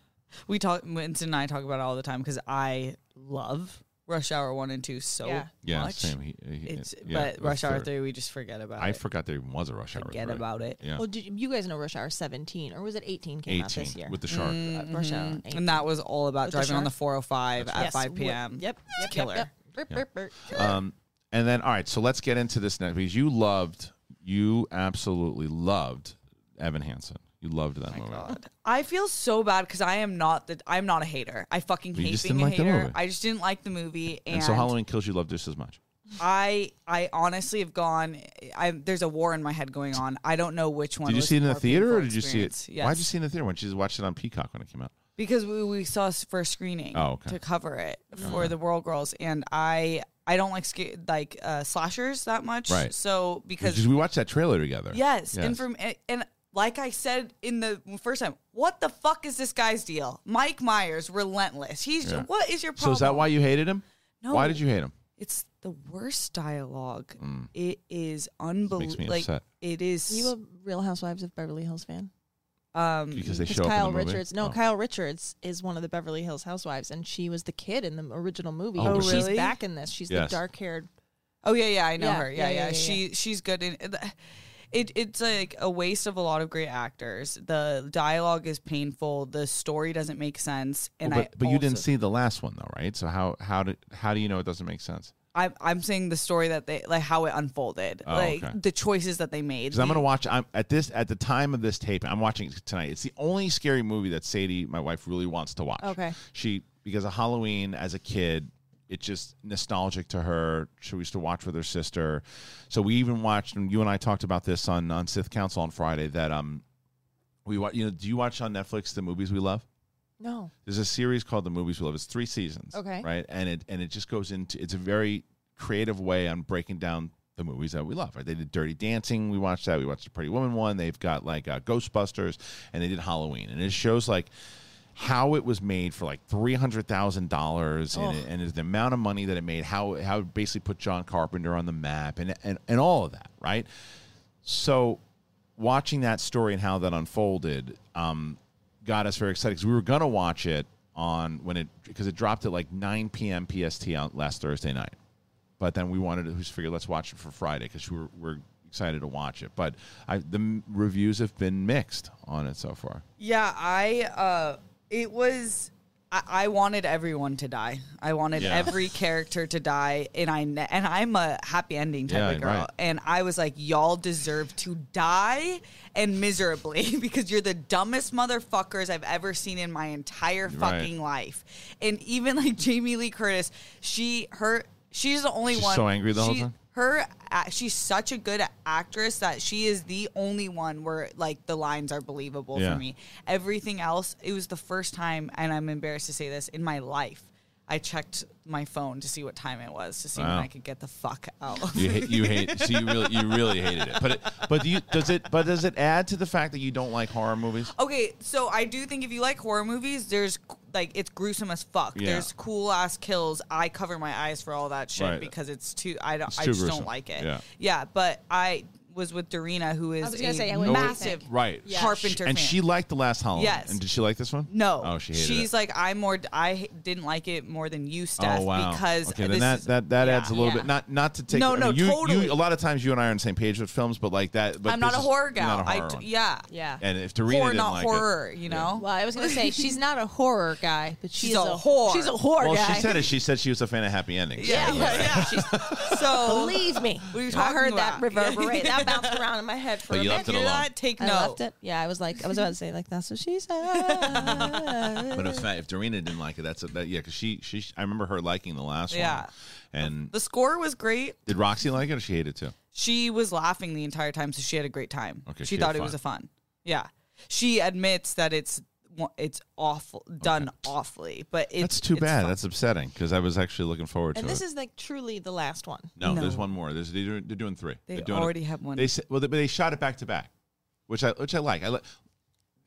D: We talk. Winston and I talk about it all the time because I love Rush Hour one and two so
B: Yeah.
A: Yeah,
D: much.
A: same. He- he-
D: it's
A: yeah,
D: but
A: the
D: Rush Hour
A: third.
D: three we just forget about.
A: I
D: it.
A: forgot there even was a rush hour.
D: Forget
A: three.
D: about it.
A: Yeah.
B: Well, did, you guys know Rush Hour 17 or was it 18 came out this
A: 18
B: year
A: with the shark.
B: Uh, Rush Hour.
D: Mhm. and that was all about
B: With the
D: driving on the
B: shark?
D: 405 at
B: Yes,
D: 5
B: wh-
D: p.m.
B: Yep. yep,
D: killer.
B: Yep, yep. Burp,
A: Yeah.
B: burp, burp.
A: Um, and then all right, so let's get into this next because you loved, you absolutely loved Evan Hansen. You loved that movie.
D: I feel so bad because I am not the I'm not a hater. I fucking
A: You
D: hate
A: just
D: being
A: didn't
D: a
A: like the
D: hater.
A: movie.
D: I just didn't like the movie, and,
A: And so Halloween Kills you loved just as much.
D: I I honestly have gone. I there's a war in my head going on. I don't know which one.
A: Did you
D: was
A: see it in the
D: more
A: theater or
D: painful
A: did you see it?
D: experience. Yes.
A: Why did you see it in the theater when she watched it on Peacock when it came out?
D: because we, we saw s- for screening
A: Oh, okay.
D: to cover it for
A: Okay.
D: the World Girls, and I I don't like sca- like uh, slashers that much.
A: Right.
D: So because
A: we watched that trailer together.
D: Yes, and from and- and like I said in the first time, what the fuck is this guy's deal? Mike Myers, relentless. He's
A: Yeah.
D: what is your
A: So
D: problem?
A: is that why you hated him?
D: No.
A: Why did you hate him?
D: It's the worst dialogue.
A: Mm.
D: It is
A: Makes me
D: unbelievable. Like
A: upset.
D: it is.
B: you a Real Housewives of Beverly Hills fan?
D: um,
A: Because they
B: Because
A: show up in
B: Kyle
A: the movie?
B: Richards. No,
A: Oh.
B: Kyle Richards is one of the Beverly Hills Housewives, and she was the kid in the original movie.
A: Oh,
B: but
A: was she?
B: She's
D: Really?
B: back in this. She's
A: Yes.
B: the dark haired.
D: Oh yeah, yeah, I know
B: Yeah,
D: her. Yeah, yeah,
B: yeah, yeah, yeah,
D: She she's good in. It, it's like a waste of a lot of great actors. The dialogue is painful. The story doesn't make sense. And
A: but
D: I
A: but you didn't
D: also-
A: see the last one though, right? So how how did how do you know it doesn't make sense?
D: I'm I'm saying the story that they like how it unfolded,
A: Oh,
D: like
A: okay.
D: the choices that they made.
A: Because I'm
D: The-
A: gonna watch. I'm at this at the time of this tape. I'm watching it tonight. It's the only scary movie that Sadie, my wife, really wants to watch.
B: Okay.
A: She because of Halloween as a kid, it's just nostalgic to her. She used to watch with her sister. So we even watched, and you and I talked about this on on Sith Council on Friday. That um, we watch. You know, do you watch on Netflix the movies we love?
B: No.
A: There's a series called The Movies We Love. It's three seasons.
B: Okay.
A: Right, and it and it just goes into it's a very creative way on breaking down the movies that we love. Right, they did Dirty Dancing. We watched that. We watched the Pretty Woman one. They've got like uh, Ghostbusters, and they did Halloween, and it shows like how it was made for like three hundred thousand dollars, and it- and it's the amount of money that it made, how how it basically put John Carpenter on the map, and and and all of that. Right, so watching that story and how that unfolded um, got us very excited because we were going to watch it on when it because it dropped at like 9 p.m. PST on last Thursday night. But then we wanted to just figure let's watch it for Friday because we were, we're excited to watch it. But I, the m- reviews have been mixed on it so far.
D: Yeah, I uh it was I, I wanted everyone to die. I wanted
A: Yeah.
D: every character to die and I ne- and I'm a happy ending type
A: Yeah,
D: of girl.
A: right.
D: And I was like y'all deserve to die and miserably [LAUGHS] because you're the dumbest motherfuckers I've ever seen in my entire
A: Right.
D: fucking life. And even like Jamie Lee Curtis, she her she's the only
A: She's
D: one
A: so angry the whole
D: she-
A: time?
D: her a- she's such a good actress that she is the only one where like the lines are believable
A: Yeah.
D: for me everything else it was the first time and i'm embarrassed to say this in my life i checked my phone to see what time it was to see
A: Wow.
D: when i could get the fuck out
A: You hate, you hate, so you really, you really hated it. But, it, but do you, does it, but does it add to the fact that you don't like horror movies?
D: [LAUGHS] Okay, so I do think if you like horror movies, there's like it's gruesome as fuck.
A: Yeah.
D: There's cool ass kills. I cover my eyes for all that shit
A: Right.
D: because it's too. I don't.
A: It's
D: I
A: too
D: just
A: gruesome.
D: don't like it.
A: Yeah.
D: but I was with Dorina, who is
B: was gonna
D: a
B: say, what do you
D: massive
B: think?
A: Right.
D: Carpenter
A: And
D: fan.
A: she liked the last Halloween.
D: Yes.
A: And did she like this one?
D: No.
A: Oh, she hated
D: She's
A: it.
D: like, I more, I h- didn't like it more than you, Steph, because
A: Oh, okay, then
D: this
A: that,
D: is-
A: that that
D: yeah.
A: adds a little bit. Not not to take.
D: No,
A: I mean,
D: no,
A: you,
D: totally.
A: You, a lot of times you and I are on the same page with films, but like that. But
D: I'm not
A: this
D: a
A: is-
D: horror
A: you're
D: gal.
A: Not a horror
D: I d-
A: one.
D: yeah,
B: Yeah.
A: And if Dorina
D: horror,
A: didn't
D: not
A: like
D: horror.
A: it,
D: You know.
B: Well, I was going to say, she's not a horror guy, but she
D: She's
B: is
D: a whore.
B: She's a whore
A: well,
B: guy.
A: she said it. She said she was a fan of happy endings.
B: Yeah,
A: So,
B: yeah, [LAUGHS] yeah. [LAUGHS]
D: So
B: Believe me,
D: What are you
B: I
D: talking
B: heard
D: about?
B: that reverberate. [LAUGHS] that bounced around in my head for
A: But
B: a
A: you
B: minute.
A: left it alone.
D: Take
B: I
D: note.
B: left it. Yeah, I was like, I was about to say like that's what she [LAUGHS] said.
A: But if, if Dorina didn't like it, that's a, that, yeah. Because she she I remember her liking the last
D: Yeah.
A: one. And
D: The score was great.
A: did Roxy like it or she hated it too?
D: she was laughing the entire time, so she had a great time.
A: Okay, she
D: she,
A: had
D: thought it was
A: fun.
D: a fun. Yeah, she admits that it's wa- it's awful, done awfully, but it's
A: That's too
D: it's
A: bad.
D: fun.
A: That's upsetting because I was actually looking forward
B: and
A: to
B: this
A: it.
B: is like truly the last one.
A: no,
D: No.
A: there's one more. There's they're doing, they're doing three.
D: They
A: They're doing it-
D: already have one.
A: They said, well, they, but they shot it back to back, which I which I like. I li-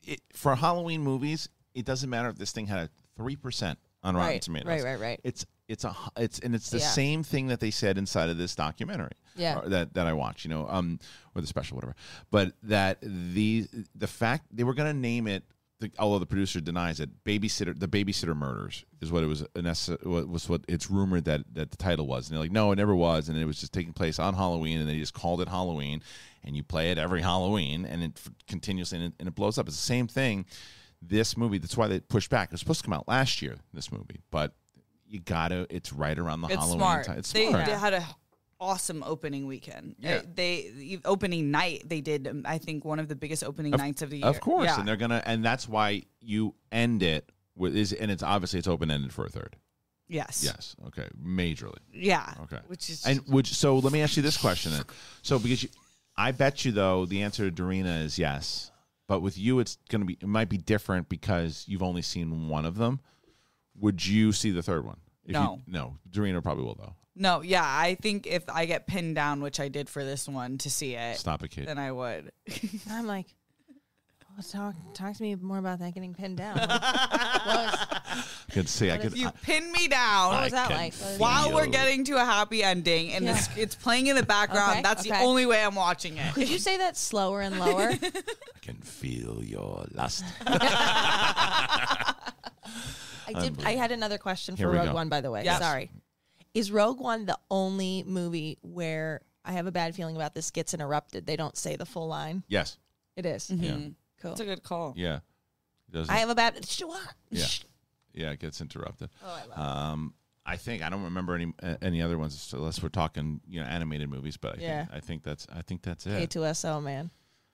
A: it, for Halloween movies, it doesn't matter if this thing had a three percent on Rotten
B: Right,
A: Tomatoes.
B: right, right, right.
A: It's it's a hu- it's and it's the
B: Yeah.
A: same thing that they said inside of this documentary.
B: Yeah.
A: or that that I watched, you know, um, or the special, whatever. But that the the fact they were going to name it the, although the producer denies it, babysitter the babysitter murders is what it was. an ess- What was what it's rumored that that the title was, and they're like, no, it never was, and it was just taking place on Halloween, and they just called it Halloween, and you play it every Halloween, and it f- continuously and it, and it blows up. It's the same thing. This movie, that's why they pushed back. It was supposed to come out last year. This movie, but you gotta. It's right around the
D: it's
A: Halloween
D: smart.
A: time. It's
D: they,
A: smart.
D: they had a awesome opening weekend.
A: Yeah.
D: Uh, They, the opening night they did um, I think one of the biggest opening nights of the year.
A: Of course,
D: Yeah.
A: and they're gonna, and that's why you end it with is, and it's obviously it's open ended for a third.
D: Yes.
A: Yes. Okay. Majorly.
D: Yeah.
A: Okay.
D: Which is-
A: and which so let me ask you this question then. So because you, I bet you though the answer to Dorina is yes, but with you it's gonna be it might be different because you've only seen one of them. Would you see the third one?
D: No.
A: You, no. Dorina probably will though.
D: No, yeah, I think if I get pinned down, which I did for this one to see it,
A: Stop it, kid.
D: then I would.
B: I'm like, well, talk talk to me more about that getting pinned [LAUGHS] down. What was-
A: I could see. I
D: If
A: could.
D: you pin me down,
B: What was that I like? can
D: While we're
B: feel-
D: getting to a happy ending, and
B: Yeah.
D: it's, it's playing in the background,
B: Okay,
D: that's
B: okay.
D: the only way I'm watching it.
B: Could you say that slower and [LAUGHS] lower?
A: I can feel your
B: [LAUGHS]
A: lust.
B: I did. I had another question
A: Um, Here
B: for
A: we
B: Rogue
A: go.
B: One, by the way.
A: Yes.
B: Sorry. Is Rogue One the only movie where I have a bad feeling about this gets interrupted? They don't say the full line.
A: Yes.
B: It is.
A: Yeah. Mhm.
B: Cool. It's
D: a good call.
A: Yeah. Doesn't-
B: Hmm. I have a bad.
A: Yeah, yeah, it gets interrupted.
B: Oh, I
A: um, I think I don't remember any uh, any other ones so unless we're talking you know animated movies. But I,
B: Yeah.
A: think, I think that's I think that's it.
B: K2SO Oh, man.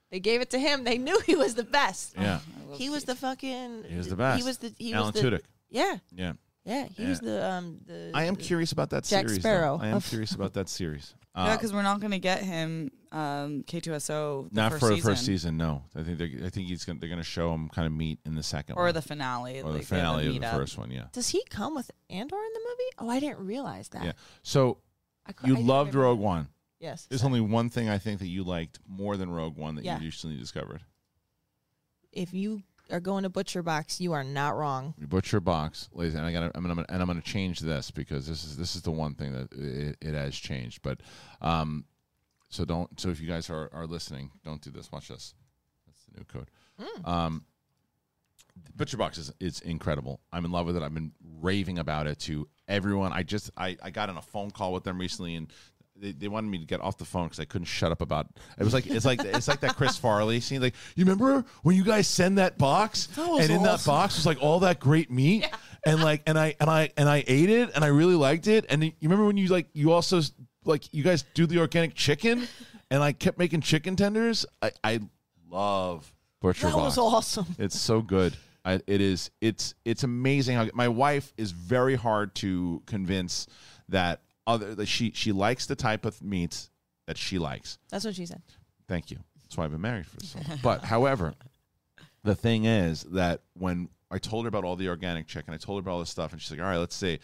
B: They gave it to him. They knew he was the best.
A: Yeah.
B: He was the fucking.
A: He was the best.
B: He was the. He
A: Alan
B: was the,
A: Tudyk.
B: Yeah.
A: Yeah.
B: Yeah. He
A: Yeah.
B: was the. Um. The.
A: I am curious about that
B: Jack
A: series. though.
B: Sparrow Oh.
A: I am
B: of-
A: curious about that series.
B: [LAUGHS]
D: yeah,
A: Uh,
D: because we're not going to get him um, K2SO. The
A: not
D: first
A: for the
D: season.
A: first season. No, I think they're, I think he's gonna, they're going to show him kind of meat in the second
D: Or
A: one.
D: the finale,
A: or
D: like, they have
A: the
D: a
A: finale of the
D: meetup.
A: first one. Yeah,
B: Does he come with Andor in the movie? Oh, I didn't realize that.
A: yeah. So
B: I cou-
A: you
B: I didn't
A: loved
B: remember
A: Rogue
B: that.
A: One.
B: Yes.
A: There's only one thing I think that you liked more than Rogue One that
B: Yeah.
A: you recently discovered.
B: If you are going to Butcher Box, you are not wrong.
A: We butcher box, ladies, and I got. I'm gonna and I'm gonna change this because this is this is the one thing that it, it has changed. But, um, so don't. So if you guys are are listening, don't do this. Watch this. That's the new code.
B: Hmm.
A: Um, butcher box is it's incredible. I'm in love with it. I've been raving about it to everyone. I just I I got on a phone call with them recently and. They, they wanted me to get off the phone because I couldn't shut up about it. was like it's like it's like
H: [LAUGHS]
A: that Chris Farley scene. Like you remember when you guys send that box
H: That was
A: and in that
H: awesome.
A: box was like all that great meat and like and I and I and I ate it and I really liked it. And you remember when you like you also like you guys do the organic chicken and I kept making chicken tenders. I I love butcher
B: That
A: box.
B: was awesome.
A: It's so good. I, it is. It's it's amazing how my wife is very hard to convince that other that she she likes the type of meats that she likes.
B: That's what she said.
A: Thank you. That's why I've been married for so long. But however, the thing is that when I told her about all the organic chicken, I told her about all this stuff, and she's like, "All right, let's see."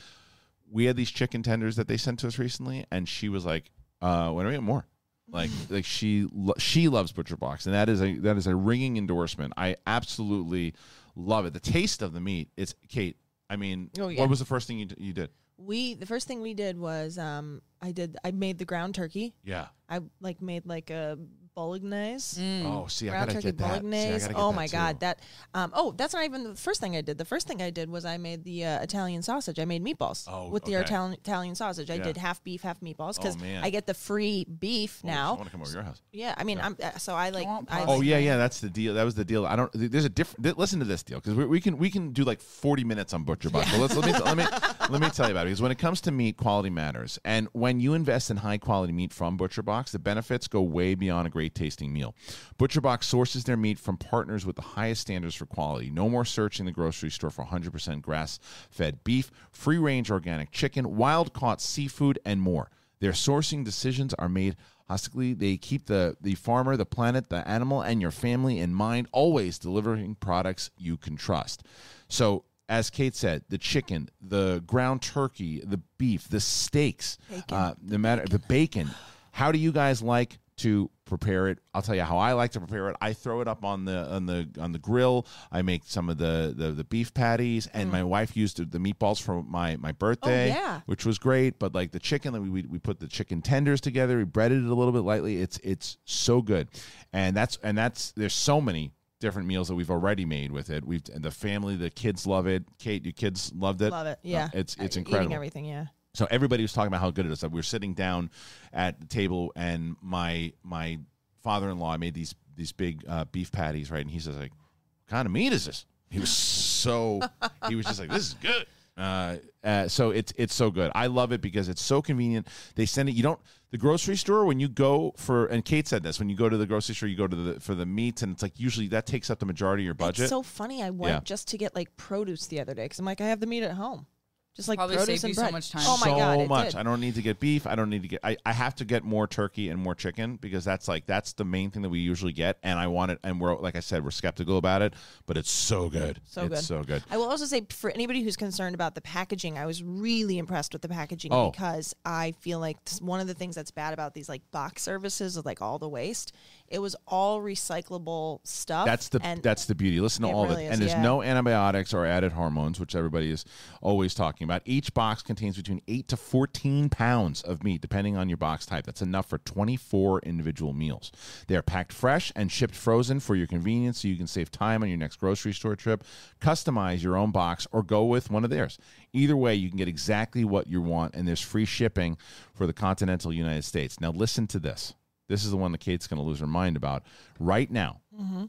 A: We had these chicken tenders that they sent to us recently, and she was like, uh, "When do we get more?" [LAUGHS] Like, like she lo- she loves Butcher Box, and that is a that is a ringing endorsement. I absolutely love it. The taste of the meat. It's Kate. I mean,
B: Oh, yeah.
A: what was the first thing you d- you did?
B: We the first thing we did was um I did I made the ground turkey.
A: Yeah.
B: I like made like a bolognese.
A: Oh, see, I
B: ground
A: gotta
B: Mm. turkey
A: get that. See, I
B: bolognese.
A: gotta get
B: oh
A: that
B: my
A: too.
B: god, that um oh that's not even the first thing I did. The first thing I did was I made the uh, Italian sausage. I made meatballs
A: Oh,
B: with the
A: okay.
B: Italian Italian sausage. I
A: Yeah.
B: did half beef, half meatballs
A: Oh,
B: because
A: man.
B: I get the free beef
A: Oh,
B: now.
A: I want to come over to your house.
B: Yeah, I mean, I'm uh, so I like. I
A: Oh
B: like-
A: yeah, yeah, that's the deal. That was the deal. I don't. There's a different. Listen to this deal because we, we can we can do like 40 minutes on Butcher Box. But let's let me let me let me tell you about it because when it comes to meat, quality matters. And when you invest in high quality meat from Butcher Box, the benefits go way beyond a great tasting meal. Butcher Box sources their meat from partners with the highest standards for quality. No more searching the grocery store for 100% grass fed beef, free range organic chicken, wild caught seafood, and more. Their sourcing decisions are made holistically. They keep the, the farmer, the planet, the animal, and your family in mind, always delivering products you can trust. So, as Kate said, the chicken, the ground turkey, the beef, the steaks, uh, no matter the bacon. How do you guys like to prepare it? I'll tell you how I like to prepare it. I throw it up on the on the on the grill. I make some of the the, the beef patties, and my wife used the meatballs for my my birthday
B: yeah.
A: which was great. But like the chicken, like we, we we put the chicken tenders together, we breaded it a little bit lightly. It's it's so good, and that's and that's there's so many different meals that we've already made with it. We've the family, the kids love it. Kate, your kids loved it. Uh,
B: Love it. Yeah.
A: it's it's
B: I-
A: incredible.
B: Eating everything. Yeah.
A: So everybody was talking about how good it is. Like we were sitting down at the table, and my my father in law made these these big uh, beef patties, right? And he says like, "What kind of meat is this?" He was so he was just like, "This is good." Uh, uh, so it's it's so good. I love it because it's so convenient. They send it. You don't the grocery store when you go for and Kate said this when you go to the grocery store you go to the for the meats and it's like usually that takes up the majority of your budget.
B: It's so funny. I went
A: Yeah.
B: just to get like produce the other day because I'm like, I have the meat at home. Just like
D: Probably
B: produce
D: saved
B: and
D: you so
B: bread.
D: much time.
B: Oh my
A: so
B: god, it
A: much.
B: did.
A: I don't need to get beef. I don't need to get. I, I have to get more turkey and more chicken because that's like that's the main thing that we usually get, and I want it. And we're like I said, we're skeptical about it, but it's so good.
B: So
A: it's
B: good.
A: so good.
B: I will also say for anybody who's concerned about the packaging, I was really impressed with the packaging
A: Oh.
B: because I feel like this, one of the things that's bad about these like box services is like all the waste. It was all recyclable stuff.
A: That's the
B: and
A: that's the beauty. Listen to
B: It
A: all
B: really
A: of it,
B: is,
A: and there's
B: yeah.
A: no antibiotics or added hormones, which everybody is always talking about. Each box contains between eight to fourteen pounds of meat, depending on your box type. That's enough for 24 individual meals. They are packed fresh and shipped frozen for your convenience, so you can save time on your next grocery store trip. Customize your own box or go with one of theirs. Either way, you can get exactly what you want, and there's free shipping for the continental United States. Now, listen to this. This is the one that Kate's going to lose her mind about. Right now,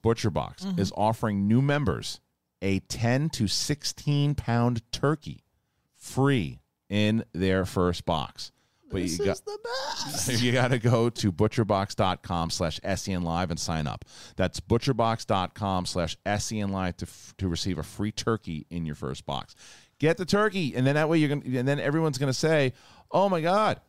A: Butcher Box
H: Mhm.
A: is offering new members a 10 to 16 pound turkey free in their first box. But
H: This
A: you got,
H: is the best.
A: [LAUGHS] you got to go to butcherbox.com slash SEN Live and sign up. That's butcherbox.com slash SEN Live to, f- to receive a free turkey in your first box. Get the turkey, and then that way you're going to, and then everyone's going to say, oh my God,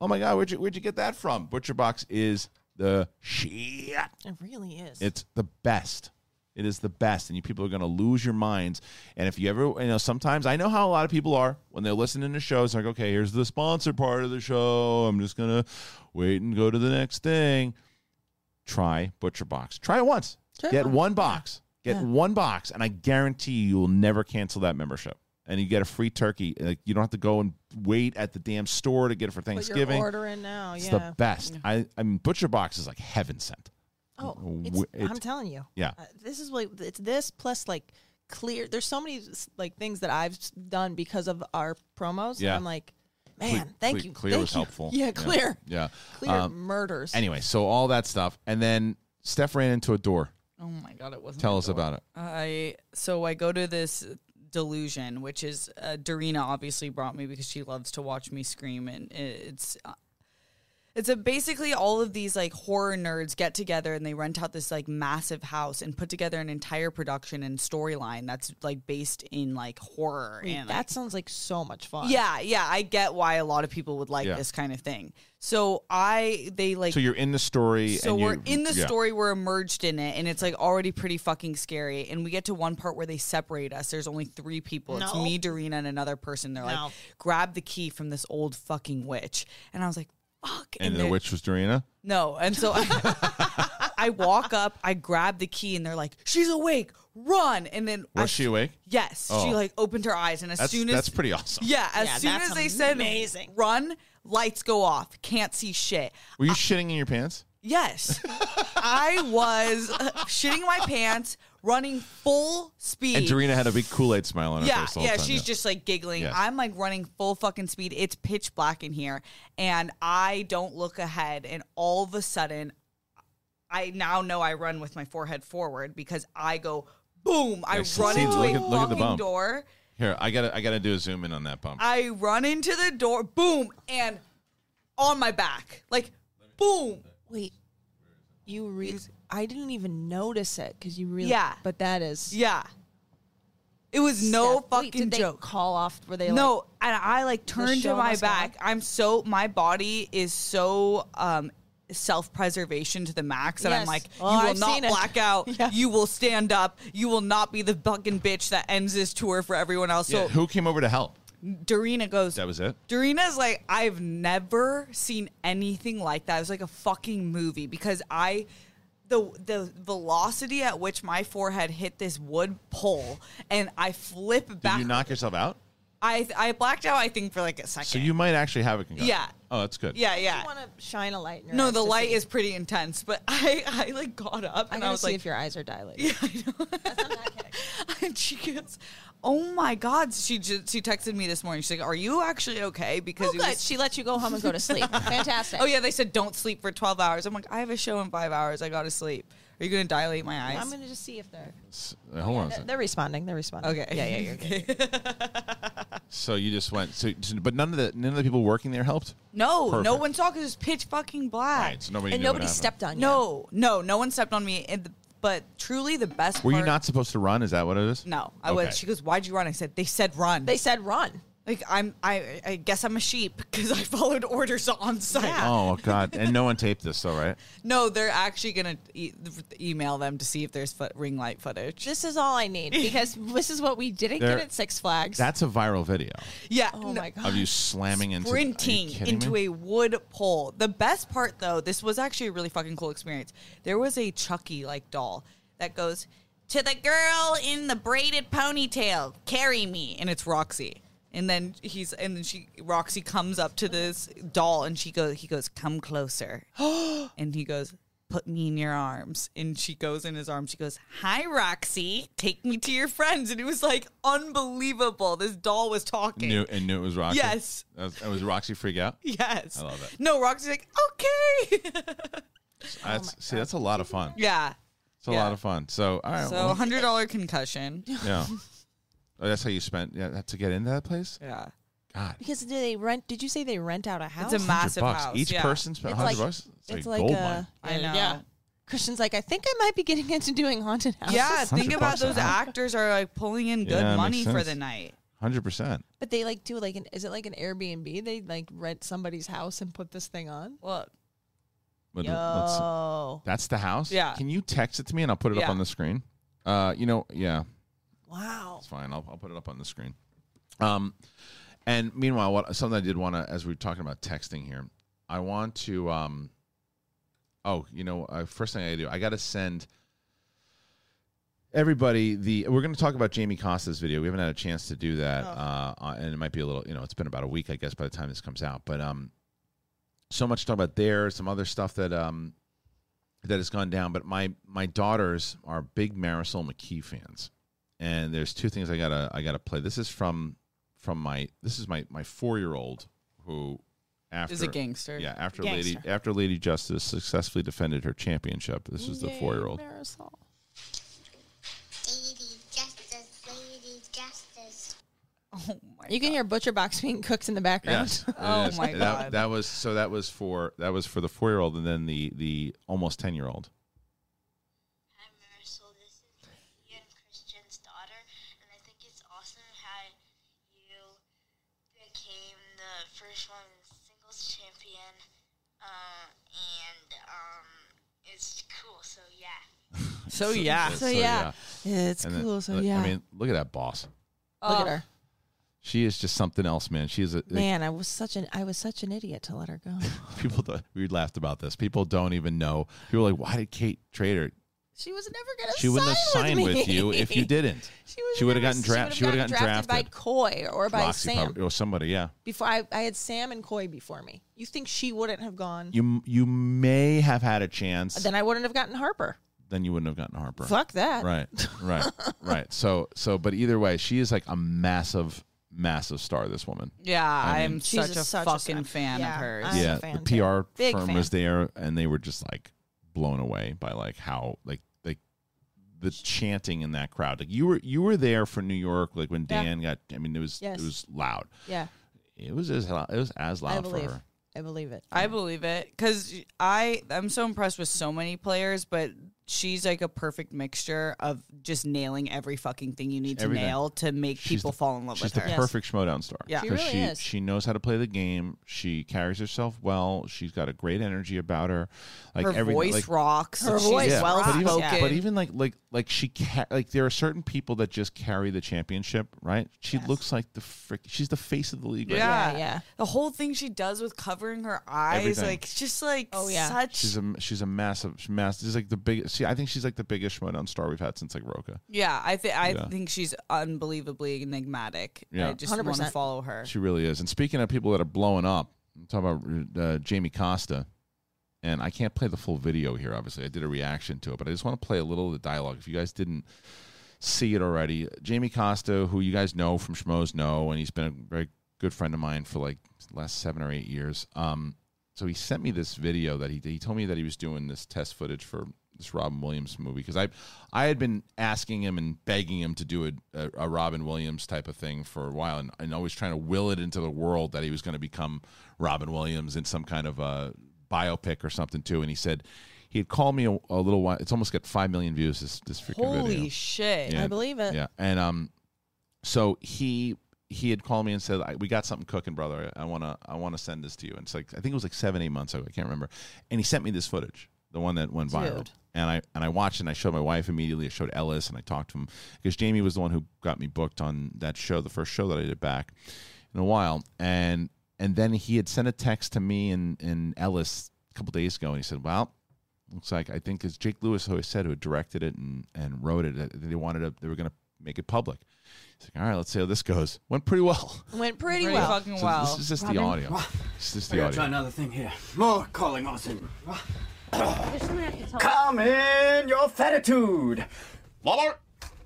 A: oh my God, where'd you, where'd you get that from? ButcherBox is the shit.
B: it really is.
A: It's the best. It is the best, and you people are going to lose your minds. And if you ever, you know, sometimes I know how a lot of people are when they're listening to shows. They're like, okay, here's the sponsor part of the show. I'm just going to wait and go to the next thing. Try Butcher Box. Try it once.
H: Try it
A: Get
H: once.
A: one box. Get
H: Yeah.
A: one box, and I guarantee you will never cancel that membership. And you get a free turkey. Like you don't have to go and wait at the damn store to get it for
B: you're
A: Thanksgiving.
B: ordering now,
A: It's
B: yeah.
A: the best. I, I mean, Butcher Box is like heaven sent.
B: Oh,
A: W-
B: it's,
A: it's-
B: I'm telling you.
A: Yeah.
B: Uh, this is what it's this plus like clear. There's so many s- like things that I've s- done because of our promos.
A: Yeah.
B: I'm like,
A: Cle-
B: man, thank
A: cle-
B: you.
A: Clear
B: thank
A: was
B: you.
A: helpful.
B: Yeah, clear.
A: Yeah. Uh, Um,
B: Clear murders.
A: Anyway, so all that stuff. And then Steph ran into a door.
D: Oh my god, it wasn't.
A: Tell
D: a
A: us
D: door.
A: about it.
D: I so I go to this delusion, which is uh, Dorina obviously brought me because she loves to watch me scream, and it's uh, it's a basically all of these like horror nerds get together and they rent out this like massive house and put together an entire production and storyline that's like based in like horror
B: Wait,
D: and like,
B: that sounds like so much fun.
D: yeah, yeah, I get why a lot of people would like
A: Yeah.
D: this kind of thing. So I they like
A: so you're in the story.
D: so
A: and
D: we're
A: you-
D: in the
A: yeah.
D: story, we're emerged in it, and it's like already pretty fucking scary. And we get to one part where they separate us. There's only three people. It's
B: No.
D: me, Dorina, and another person. They're
B: No.
D: like, grab the key from this old fucking witch. And I was like, fuck.
A: And the
D: they're-
A: witch was Dorina.
D: No. And so I, I [LAUGHS] walk up, I grab the key, and they're like, she's awake, run. And then I
A: Was she awake?
D: Yes,
A: Oh.
D: she like opened her eyes, and as
A: That's-
D: soon as
A: that's pretty awesome.
D: Yeah, as
B: Yeah,
D: soon
B: that's
D: as they said
B: amazing.
D: run, lights go off, can't see shit.
A: Were you shitting in your pants?
D: Yes, I was uh, shitting my pants, running full speed.
A: And Dorina had a big Kool Aid smile on her
D: Yeah,
A: face. the whole
D: yeah,
A: time,
D: she's just like giggling.
A: Yeah.
D: I'm like running full fucking speed. It's pitch black in here, and I don't look ahead. And all of a sudden, I now know I run with my forehead forward because I go boom. I
A: Yeah, see-
D: run
A: see,
D: into
A: look
D: a
A: at- look at the
D: fucking
A: bump.
D: door.
A: Here, I gotta, I gotta do a zoom in on that bump.
D: I run into the door, boom, and on my back, like boom.
B: Wait, you re- I didn't even notice it because you really.
D: Yeah.
B: But that is.
D: Yeah. It was no
B: Steph, wait,
D: fucking
B: did they
D: joke.
B: Call off. Were they?
D: no,
B: Like,
D: and I like turned to
B: show
D: my
B: must go on?
D: back. I'm so my body is so um self preservation to the max that I'm
B: Yes.
D: like,
B: Oh,
D: you will
B: I've
D: not
B: seen it." [LAUGHS]
D: black out. You will stand up. You will not be the fucking bitch that ends this tour for everyone else.
A: yeah,
D: So
A: who came over to help?
D: Dorina goes.
A: That was it.
D: Dorina's like, I've never seen anything like that. It was like a fucking movie because I the the velocity at which my forehead hit this wood pole and I flip
A: Did
D: back.
A: you knock yourself out?
D: I I blacked out I think for like a second.
A: So you might actually have a concussion.
D: yeah.
A: Oh, that's good.
D: Yeah, yeah.
B: want to shine a light. In your
D: No,
B: eyes
D: the
B: to
D: light
B: see.
D: is pretty intense, but [LAUGHS] I, I like got up
B: I
D: and I,
B: gotta
D: was
B: see
D: like,
B: if your eyes are dilated.
D: [LAUGHS]
B: [LAUGHS]
D: and she goes, "Oh my God!" She just, she texted me this morning. She's like, "Are you actually okay?" Because
B: Oh,
D: it
B: good.
D: was-
B: She let you go home and go to
D: [LAUGHS]
B: sleep. Fantastic.
D: Oh yeah, they said don't sleep for twelve hours. I'm like, I have a show in five hours. I gotta sleep. Are you gonna dilate my eyes?
B: I'm
D: [LAUGHS]
B: gonna just see if they're.
A: Uh, Hold on. A
B: They're,
A: second.
B: they're responding. They're responding.
D: Okay.
B: Yeah, yeah, you're good.
A: So you just went. So, so- but none of the none of the people working there helped.
D: no, no
A: Perfect.
D: one saw because it was pitch fucking black.
A: Right, so nobody And knew what nobody happened. stepped
B: on
D: No, no, no one stepped on me. And the, but truly, the best.
A: Were you
D: part-
A: not supposed to run? Is that what it is?
D: No, I was.
A: Okay.
D: She goes, "Why'd you run?" I said, "They said run." They said run. Like I'm, I, I guess I'm a sheep [LAUGHS] because I followed orders on site.
A: Oh God! And no one taped this, though,
D: [LAUGHS]
A: right?
D: No, they're actually gonna e- email them to see if there's foot ring light footage.
B: This is all
A: [LAUGHS]
B: I need because this is what we didn't
A: They're-
B: get at Six Flags.
A: That's a viral video
D: yeah. Oh
B: my
A: of you slamming into
D: sprinting into a wood pole. The best part, though, this was actually a really fucking cool experience. There was a Chucky like doll that goes to the girl in the braided ponytail, carry me, and it's Roxy. And then he's and then she Roxy comes up to this doll and she goes he goes come
A: [GASPS]
D: closer and he goes put me in your arms and she goes in his arms she goes hi Roxy take me to your friends and it was like unbelievable this doll was talking
A: Knew and knew it was Roxy.
D: Yes.
A: That was, that was Roxy freak
D: [LAUGHS]
A: out.
D: Yes.
A: I love it.
D: No, Roxy's like, okay. [LAUGHS]
A: That's, see, that's a lot of fun.
D: Oh yeah.
A: It's a lot of fun. So all right.
D: So
A: well,
D: hundred dollar concussion. [LAUGHS]
A: yeah. Oh, that's how you spent. Yeah, to get into that place.
D: Yeah.
A: God.
B: Because did they rent? Did you say they rent out a house?
D: a
A: 100
D: massive
A: bucks. house, Each yeah. person spent 100 bucks? It's like gold mine.
D: I know.
B: Christian's like, I think I might be getting [LAUGHS] into doing haunted houses.
D: Yeah, think
A: 100
D: about
A: bucks an
D: those
A: hour.
D: actors are like pulling in good
A: Yeah, makes
D: money for
A: sense.
D: the night.
A: Hundred percent.
B: But they like do like an is it like an Airbnb? They like rent somebody's house and put this thing on.
D: Look,
A: But uh, let's-
B: yo,
A: That's the house.
B: Yeah.
A: Can you text it to me and I'll put it
B: Yeah.
A: up on the screen? Uh, you know, yeah.
B: wow.
A: It's fine. I'll, I'll put it up on the screen. Um, and meanwhile, what something I did want to, as we were talking about texting here, I want to. Um, oh, you know, uh, first thing I do, I got to send everybody the. We're going to talk about Jamie Costa's video. We haven't had a chance to do
B: Oh.
A: that, uh, uh, and it might be a little. You know, it's been about a week, I guess, by the time this comes out. But um, so much to talk about there. Some other stuff that um that has gone down. But my my daughters are big Marisol McKee fans, and there's two things I gotta I gotta play. This is from from my this is my my four year old who after
D: Is a gangster.
A: Yeah, after lady
D: Gangster.
A: after Lady Justice successfully defended her championship. This is the four year old.
D: Oh
B: you can hear butcher box being cooked in the background.
A: Yes.
B: [LAUGHS]
A: it
D: Oh
A: is. that, That was so. That was for that was for the four year old, and then the the almost ten year old.
H: first one singles champion, uh, and um, it's cool. So yeah.
D: So yeah. So yeah. Yeah, it's
A: And then-
D: cool, so
A: look-
D: yeah.
A: I mean, look at that boss.
B: Look
D: Oh.
A: Oh.
B: at her,
A: She is just something else, man. She is a like,
B: man. I was such an I was such an idiot to let her go.
A: [LAUGHS] people. Don't, we laughed about this. People don't even know. People are like, why did Kate trade her?
B: She was never gonna.
A: She wouldn't have signed
B: me.
A: with you if you didn't.
B: [LAUGHS] She, was
A: She would've
B: never-
A: gotten draft-
B: She would have
A: she would've
B: gotten,
A: gotten
B: drafted,
A: drafted.
B: by Coy or by
A: Roxy
B: Sam.
A: probably- or somebody. Yeah.
B: Before I, I had Sam and Coy before me. You think she wouldn't have gone? Uh,
A: You you may have had a chance.
B: Then I wouldn't have gotten Harper.
A: then you wouldn't have gotten Harper.
B: Fuck that. [LAUGHS]
A: Right, right, right. So, so, but either way, she is like a massive, massive star. This woman.
D: Yeah,
A: I
D: I
A: mean-
D: am
A: She's
D: such
B: a-
D: a
B: such a
D: fucking fan
B: Yeah,
D: of hers.
A: yeah, the PR
D: Big
A: firm
D: fan.
A: was there, and they were just like blown away by like how like like the chanting in that crowd. Like you were you were there for New York. Like when
B: Yeah.
A: Dan got, I mean, it was
B: Yes.
A: it was loud.
B: Yeah,
A: It was as loud, it was as
B: I
A: loud for
B: believe.
A: her.
B: I believe it.
D: I believe it because I I'm so impressed with so many players, but she's like a perfect mixture of just nailing every fucking thing you need to
A: Everything.
D: nail to make people fall in love
A: She's
D: with
A: the
D: her.
A: perfect schmodown star.
D: Yeah. She
A: 'Cause
D: really
A: she,
D: is.
A: she knows how to play the game. She carries herself well. She's got a great energy about her. Like
D: Her
A: every,
D: voice
A: like,
D: rocks. Her She's voice well
A: but even-
D: spoken.
A: But even like like like she ca- like there are certain people that just carry the championship, right? She looks like the frick. She's the face of the league. right now.
D: yeah, yeah. The whole thing she does with covering her eyes,
A: Everything.
D: like just like
B: Oh, yeah.
D: such.
A: She's a she's a massive she's massive. She's like the big. See, I think she's like the biggest schmodown star we've had since like Roca.
D: yeah, I think I
A: Yeah.
D: think she's unbelievably enigmatic.
A: Yeah.
D: I just want to
B: 100%.
D: follow her.
A: She really is. And speaking of people that are blowing up, I'm talking about uh, Jamie Costa, and I can't play the full video here. Obviously, I did a reaction to it, but I just want to play a little of the dialogue. If you guys didn't see it already, Jamie Costa, who you guys know from Schmoes, know, and he's been a very good friend of mine for like the last seven or eight years. Um, so he sent me this video that he he told me that he was doing this test footage for this Robin Williams movie because I I had been asking him and begging him to do a, a, a Robin Williams type of thing for a while and, and always trying to will it into the world that he was going to become Robin Williams in some kind of a biopic or something too and he said he had called me a, a little while it's almost got five million views this this freaking
B: Holy
A: video.
B: shit.
A: Yeah.
B: I believe it.
A: yeah and um so he he had called me and said I, we got something cooking brother I want to I want to send this to you and it's like I think it was like seven eight months ago I can't remember and he sent me this footage the one that went viral
B: Dude.
A: and I and I watched it and I showed my wife immediately I showed Ellis and I talked to him because Jamie was the one who got me booked on that show the first show that I did back in a while and and then he had sent a text to me and and Ellis a couple days ago and he said well looks like I think it's Jake Lewis who I said who had directed it and and wrote it that they wanted to they were going to make it public. He's like, all right, let's see how this goes. Went pretty well.
B: [LAUGHS] Went pretty,
A: Pretty
B: well.
A: fucking So well. this is just the audio. It's just
I: I
A: the
I: gotta
A: audio.
I: Try another thing here. More calling us in.
J: There's something I have to tell
I: Come in, your fatitude. Muller?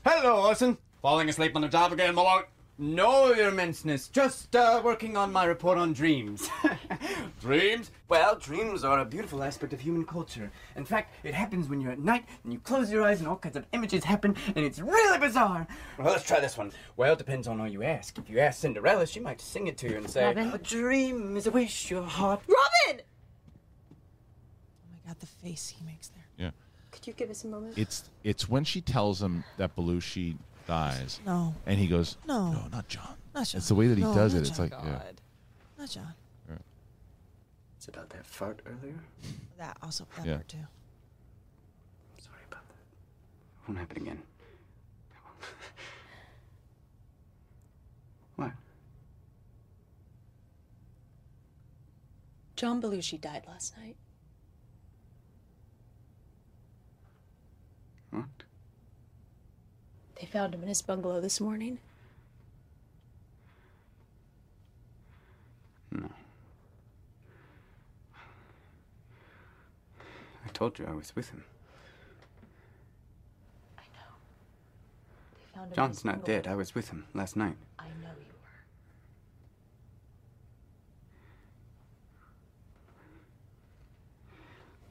I: Hello, Orson. Falling asleep on the job again, Muller? No, Your Immenseness. Just uh, working on my report on dreams. [LAUGHS] dreams? Well, dreams are a beautiful aspect of human culture. In fact, it happens when you're at night and you close your eyes and all kinds of images happen and it's really bizarre. Well, let's try this one. Well, it depends on who you ask. If you ask Cinderella, she might sing it to you and say,
J: Robin?
I: A dream is a wish your heart.
J: Robin!
B: God, the face he makes there.
A: Yeah.
J: Could you give us a moment?
A: It's it's when she tells him that Belushi dies.
B: No.
A: And he goes,
B: No.
A: no, not John.
B: Not John.
A: It's the way that he
B: No,
A: does
B: not
A: it. It's
B: John.
A: like, yeah.
B: Not John.
I: It's about that fart earlier.
B: That also that
A: Yeah.
B: part too.
I: Won't happen again.
J: John Belushi died last night.
I: What?
J: They found him in his bungalow this morning.
I: I told you I was with him.
J: They found him in his
I: John's not
J: bungalow.
I: dead. I was with him last night.
J: I know you were.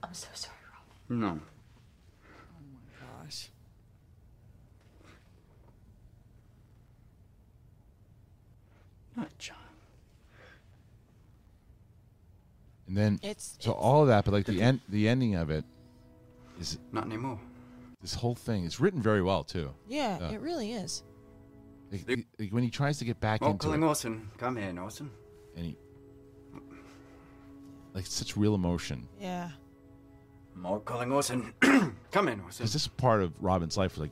J: I'm so sorry,
I: No.
D: Robin. Gosh.
I: Not John.
A: And then
I: It's-
A: so all of that, but like the end, the ending of it is
I: not anymore.
A: This whole thing is written very well too.
B: Yeah,
A: Uh,
B: it really is.
A: like, like, when he tries to get back
I: Oh,
A: into it,
I: calling Orson. Come in, Orson.
A: and he like such real emotion
B: Yeah.
I: More calling Orson.
K: [CLEARS THROAT]
I: Come in, Orson.
A: because this part of Robin's life like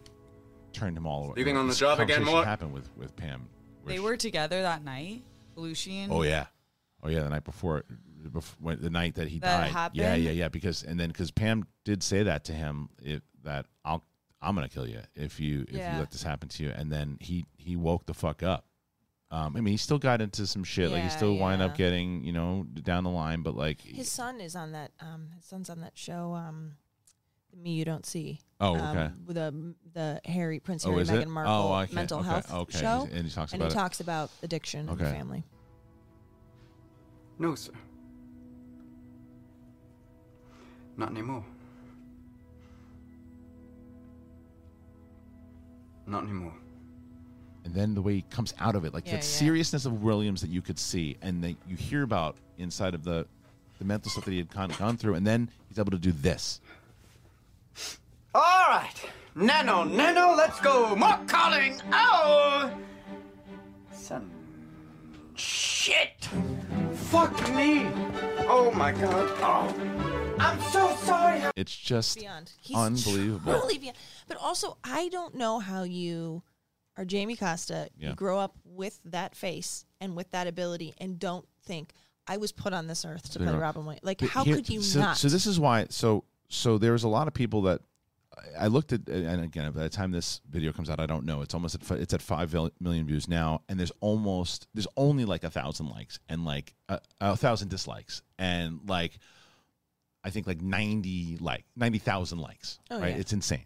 A: turned him all away.
I: Sleeping on the
A: This
I: job again,
A: conversation
I: Mort?
A: Happened with with Pam.
D: They were together that night, Lucian.
A: Oh yeah, oh yeah. The night before, before when, the night that he
D: That
A: died.
D: happened?
A: Yeah, yeah, yeah. Because and then because Pam did say that to him it, that I'll I'm gonna kill you if you if
D: Yeah.
A: you let this happen to you. And then he he woke the fuck up. Um, I mean, he still got into some shit. like he
B: Yeah,
A: still wind up
B: yeah.
A: getting you know down the line, but like
B: His son is on that. Um, his son's on that show. Um, the Me You Don't See.
A: Oh,
B: um,
A: okay.
B: with the the Harry Prince
A: Oh,
B: Harry
A: is
B: Meghan
A: it?
B: Markle
A: Oh, I can't-
B: mental
A: okay,
B: health
A: okay.
B: show,
A: He's- and he talks
B: and
A: about
B: he
A: it.
B: talks about addiction
A: Okay.
B: and family.
I: No, sir. Not anymore. Not anymore.
A: and then the way he comes out of it, like
I: Yeah,
A: that
I: yeah.
A: seriousness of Williams that you could see and that you hear about inside of the the mental stuff that he had kind of gone through, and then he's able to do this.
I: All right. Nano, nano, let's go. More calling. Oh! Son. Shit! Fuck me! Oh my god. Oh. I'm so sorry.
A: It's just
B: beyond. He's
A: unbelievable.
B: Totally beyond. But also, I don't know how you are Jamie Costa.
A: Yeah.
B: You grow up with that face and with that ability, and don't think I was put on this earth to play Robin Williams. Like,
A: But
B: how
A: here-
B: could you
A: so,
B: not?
A: So this is why. So so there's a lot of people that I looked at, and again, by the time this video comes out, I don't know. It's almost at fi- it's at five vil- million views now, and there's almost there's only like a thousand likes and like a, a thousand dislikes, and like I think like ninety like ninety thousand likes.
L: Oh,
A: right,
L: yeah.
A: it's insane.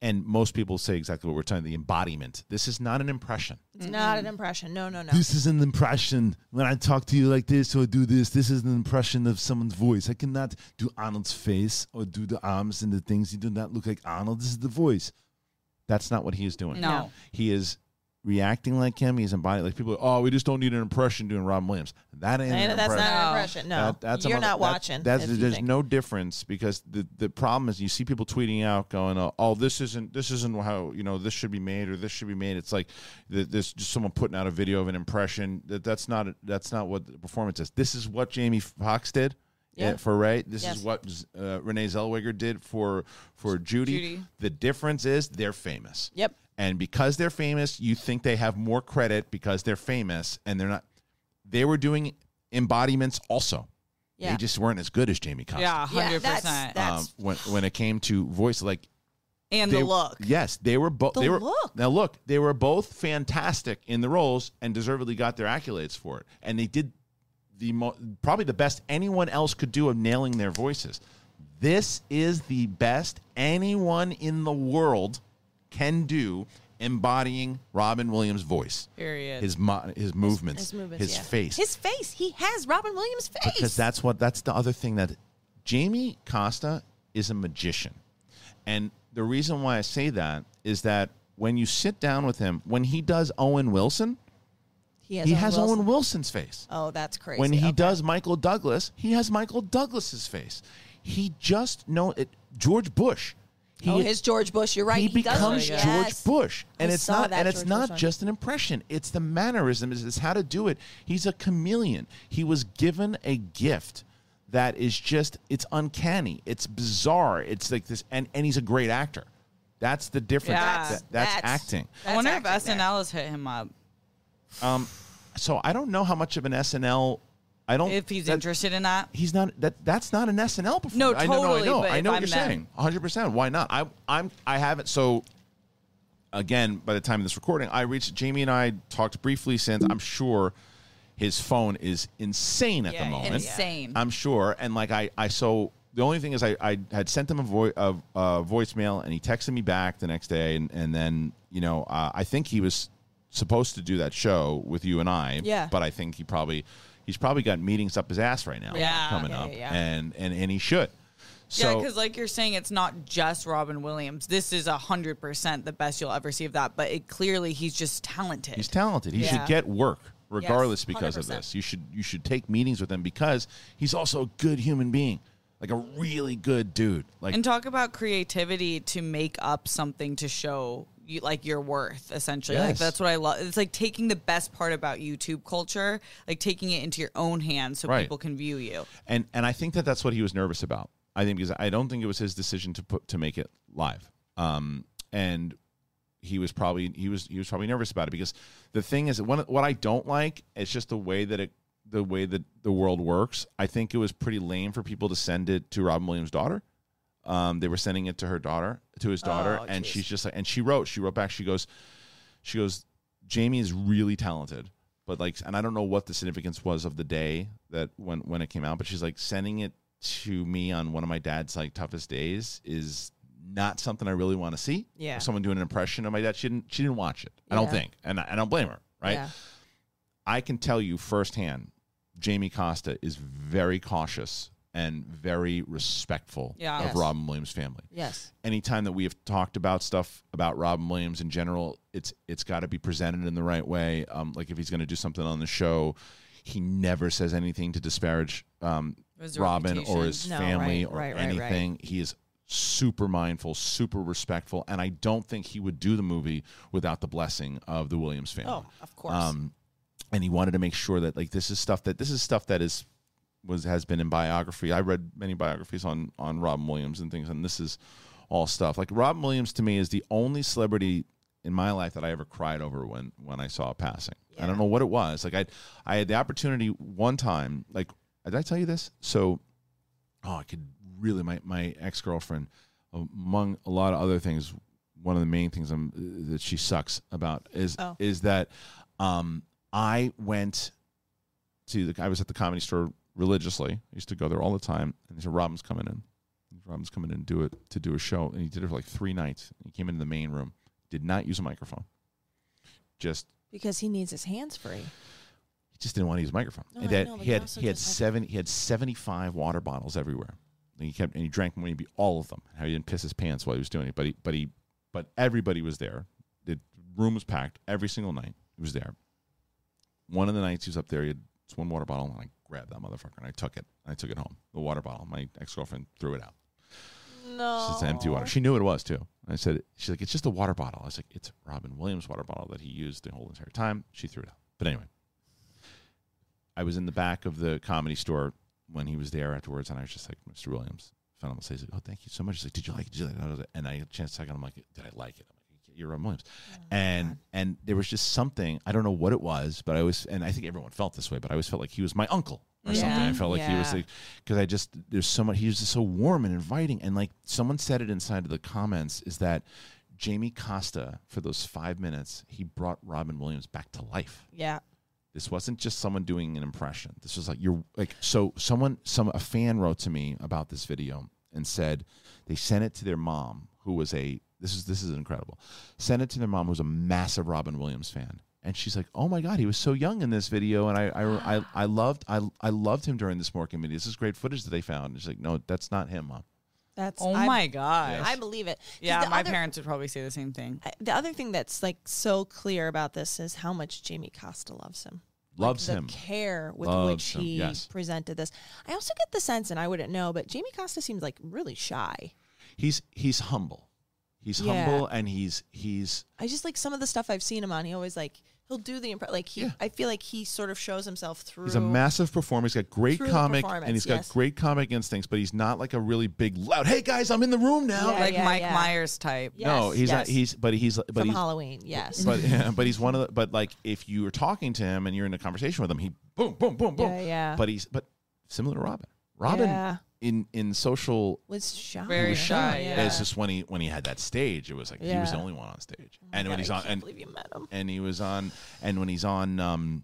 A: And most people say exactly what we're talking. The embodiment. This is not an impression.
B: It's not an impression. No, no, no.
A: This is an impression. When I talk to you like this or do this, this is an impression of someone's voice. I cannot do Arnold's face or do the arms and the things. You do not look like Arnold. This is the voice. That's not what he is doing.
D: No.
A: He is reacting like him. He's embodying like people. Are, oh, we just don't need an impression doing Robin Williams. That ain't.
B: And
A: an
B: that's not
A: impression.
B: an impression. No,
A: That- that's a
B: you're
A: mother-
B: not
A: that-
B: watching.
A: That's,
B: if you
A: there's
B: think.
A: no difference because the, the problem is you see people tweeting out going, oh, oh, this isn't this isn't how you know this should be made or this should be made. It's like th- there's just someone putting out a video of an impression. That that's not that's not what the performance is. This is what Jamie Foxx did.
L: Yeah.
A: uh, For Ray, this
L: Yes.
A: is what uh, Renee Zellweger did for for Judy.
L: Judy.
A: The difference is they're famous.
B: Yep.
A: And because they're famous, you think they have more credit because they're famous and they're not. They were doing embodiments also.
B: Yeah.
A: They just weren't as good as Jamie Cox.
D: Yeah, hundred
B: that's-
D: percent.
A: Um, when when it came to voice, like
D: And
A: they-
D: the look.
A: Yes, they were both.
D: The
A: They were
D: look.
A: now look. They were both fantastic in the roles and deservedly got their accolades for it. And they did the mo- probably the best anyone else could do of nailing their voices. This is the best anyone in the world can do embodying Robin Williams' voice.
B: Period.
A: His mo- his movements,
B: His movements, yeah.
A: face,
B: His face. He has Robin Williams' face.
A: because that's what that's the other thing that Jamie Costa is a magician. And the reason why I say that is that when you sit down with him, when he does Owen Wilson, he has Owen Wilson's face.
B: Oh, that's crazy.
A: When he
B: Okay.
A: does Michael Douglas, he has Michael Douglas's face. He just know it, George Bush. He
B: oh, his George Bush. You're right.
A: he,
B: does
A: becomes
B: look-
A: George
B: yes.
A: Bush, and
B: I
A: it's
B: saw
A: not
B: that
A: and it's
B: George Bush
A: not
B: one.
A: just an impression. It's the mannerism. It's, it's how to do it. He's a chameleon. He was given a gift that is just it's uncanny. It's bizarre. It's like this, and and he's a great actor. That's the difference.
D: Yeah.
A: That- that's, acting.
D: I wonder if SNL has hit him up.
A: Um, so I don't know how much of an SNL. I don't.
D: If he's
A: that-
D: interested in that.
A: he's not that. That's not an SNL performance.
D: No,
A: I know, no, I
D: totally,
A: know,
D: but
A: I
D: if
A: know what
D: I'm
A: you're
D: them.
A: saying. 100. percent Why not? I, I'm. I haven't. So again, by the time of this recording, I reached Jamie and I talked briefly since I'm sure his phone is insane at the
D: Yeah,
A: moment.
D: insane.
A: I'm sure. And like I, I so the only thing is I, I had sent him a, vo- a, a voicemail and he texted me back the next day and, and then you know uh, I think he was supposed to do that show with you and I.
L: Yeah.
A: But I think he probably he's probably got meetings up his ass right now.
D: Yeah.
A: Coming
D: Yeah,
A: up
D: yeah, yeah.
A: and and and he should.
D: yeah,
A: So
D: because like you're saying, it's not just Robin Williams. This is hundred percent the best you'll ever see of that. But it clearly he's just talented.
A: He's talented. He
D: Yeah.
A: should get work regardless
D: Yes,
A: because of
D: 100%.
A: this. You should you should take meetings with him because he's also a good human being, like a really good dude. Like
D: and talk about creativity to make up something to show you like your worth essentially like
A: Yes.
D: that's what i love it's like taking the best part about youtube culture like taking it into your own hands so
A: Right.
D: people can view you
A: and and I think that that's what he was nervous about. I think because I don't think it was his decision to put to make it live. Um, and he was probably he was he was probably nervous about it because the thing is one of- what I don't like is just the way that it the way that the world works. I think it was pretty lame for people to send it to Robin Williams' daughter. Um, they were sending it to her daughter to his daughter,
L: Oh,
A: and
L: geez.
A: she's just like and she wrote she wrote back she goes she goes Jamie is really talented but like and I don't know what the significance was of the day that when when it came out but she's like sending it to me on one of my dad's like toughest days is not something I really want to see
L: Yeah.
A: someone doing an impression of my dad she didn't she didn't watch it I
L: Yeah.
A: don't think and I, I don't blame her right
L: Yeah.
A: I can tell you firsthand Jamie Costa is very cautious and very respectful
L: Yeah.
A: of
L: Yes.
A: Robin Williams' family
L: Yes.
A: anytime that we have talked about stuff about Robin Williams in general, it's it's got to be presented in the right way. Um, like if he's going to do something on the show, he never says anything to disparage um,
L: His
A: Robin or
L: reputation.
A: his
L: No,
A: family
L: right,
A: or
L: right, right, right.
A: anything. He is super mindful, super respectful, and I don't think he would do the movie without the blessing of the Williams family. Um,
L: Oh, of course.
A: and he wanted to make sure that like this is stuff that this is stuff that is was has been in biography. I read many biographies on on Robin Williams and things, and this is all stuff. Like Robin Williams to me is the only celebrity in my life that I ever cried over when when I saw passing. I don't know what it was. Like I I had the opportunity one time. Like did I tell you this? So oh, I could really my my ex girlfriend among a lot of other things, one of the main things I'm, that she sucks about is
L: Oh.
A: is that um, I went to the I was at the comedy store religiously. I used to go there all the time. And so Robin's coming in. Robin's coming in to do it to do a show, and he did it for like three nights. He came into the main room, did not use a microphone, just
B: because he needs his hands free.
A: he just didn't want to use a microphone.
B: No,
A: and
B: Oh, I
A: that
B: know, but
A: he
B: he
A: had
B: also
A: he had
B: just had-
A: seven he had seventy five water bottles everywhere. And he kept and he drank maybe all of them. How he didn't piss his pants while he was doing it, but he but he but everybody was there. The room was packed every single night. He was there. One of the nights he was up there, he had this one water bottle, and I grabbed that motherfucker and I took it. I took it home. The water bottle. My ex girlfriend threw it out.
B: No.
A: It's an empty water. She knew what it was too. I said, she's like, it's just a water bottle. I was like, it's Robin Williams' water bottle that he used the whole entire time. She threw it out. But anyway, I was in the back of the comedy store when he was there afterwards, and I was just like, Mr. Williams, found him. He's like, oh, thank you so much. He's like, did you like it? Did you like it? And I was like- And I had a chance second. I'm like, did I like it? I'm like, You're Robin Williams, and and there was just something I don't know what it was, but I was, and I think everyone felt this way, but I always felt like he was my uncle or something.
L: Yeah.
A: I felt like he was
L: Yeah.
A: like because I just there's so much. He was just so warm and inviting, and like someone said it inside of the comments is that Jamie Costa for those five minutes he brought Robin Williams back to life.
B: Yeah.
A: This wasn't just someone doing an impression. This was like you're like so someone some a fan wrote to me about this video and said they sent it to their mom who was a this is this is incredible. Sent it to their mom who was a massive Robin Williams fan. And she's like, "Oh my God, he was so young in this video, and I, I, I, I loved, I, I loved him during this more community. This is great footage that they found." And she's like, "No, that's not him, mom."
B: That's
D: Oh
B: I-
D: my gosh.
B: I believe it. 'Cause
D: Yeah,
B: the
D: my
B: other-
D: parents would probably say the same thing.
B: I- the other thing that's like so clear about this is how much Jamie Costa loves him. Like,
A: Loves
B: the
A: him.
B: Care with
A: Loves
B: which
A: him,
B: he
A: yes.
B: presented this. I also get the sense, and I wouldn't know, but Jamie Costa seems like really shy.
A: He's, he's humble, he's
B: Yeah.
A: humble, and he's, he's,
B: I just like some of the stuff I've seen him on. He always like he'll do the impress. Like he, I feel like he sort of shows himself through.
A: He's a massive performer. He's got great
B: Through the
A: comic,
B: performance,
A: and he's got
B: yes.
A: great comic instincts. But he's not like a really big, loud. Hey guys, I'm in the room now.
D: like Mike Myers type.
A: no, he's not. He's but he's but
B: from
A: he's,
B: Halloween. Yes,
A: But [LAUGHS] yeah, but he's one
B: [LAUGHS]
A: of the. But like if you were talking to him and you're in a conversation with him, he boom boom boom boom.
B: Yeah, yeah.
A: But he's but similar to Robin. Robin
B: Yeah.
A: in in social
B: was shy.
A: he was It's just when he when he had that stage, it was like he was the
B: Yeah. Oh
A: only one on stage.
B: my
A: And when
B: God,
A: he's
B: I
A: on,
B: can't
A: and,
B: believe you met him.
A: and he was on, and when he's on, um,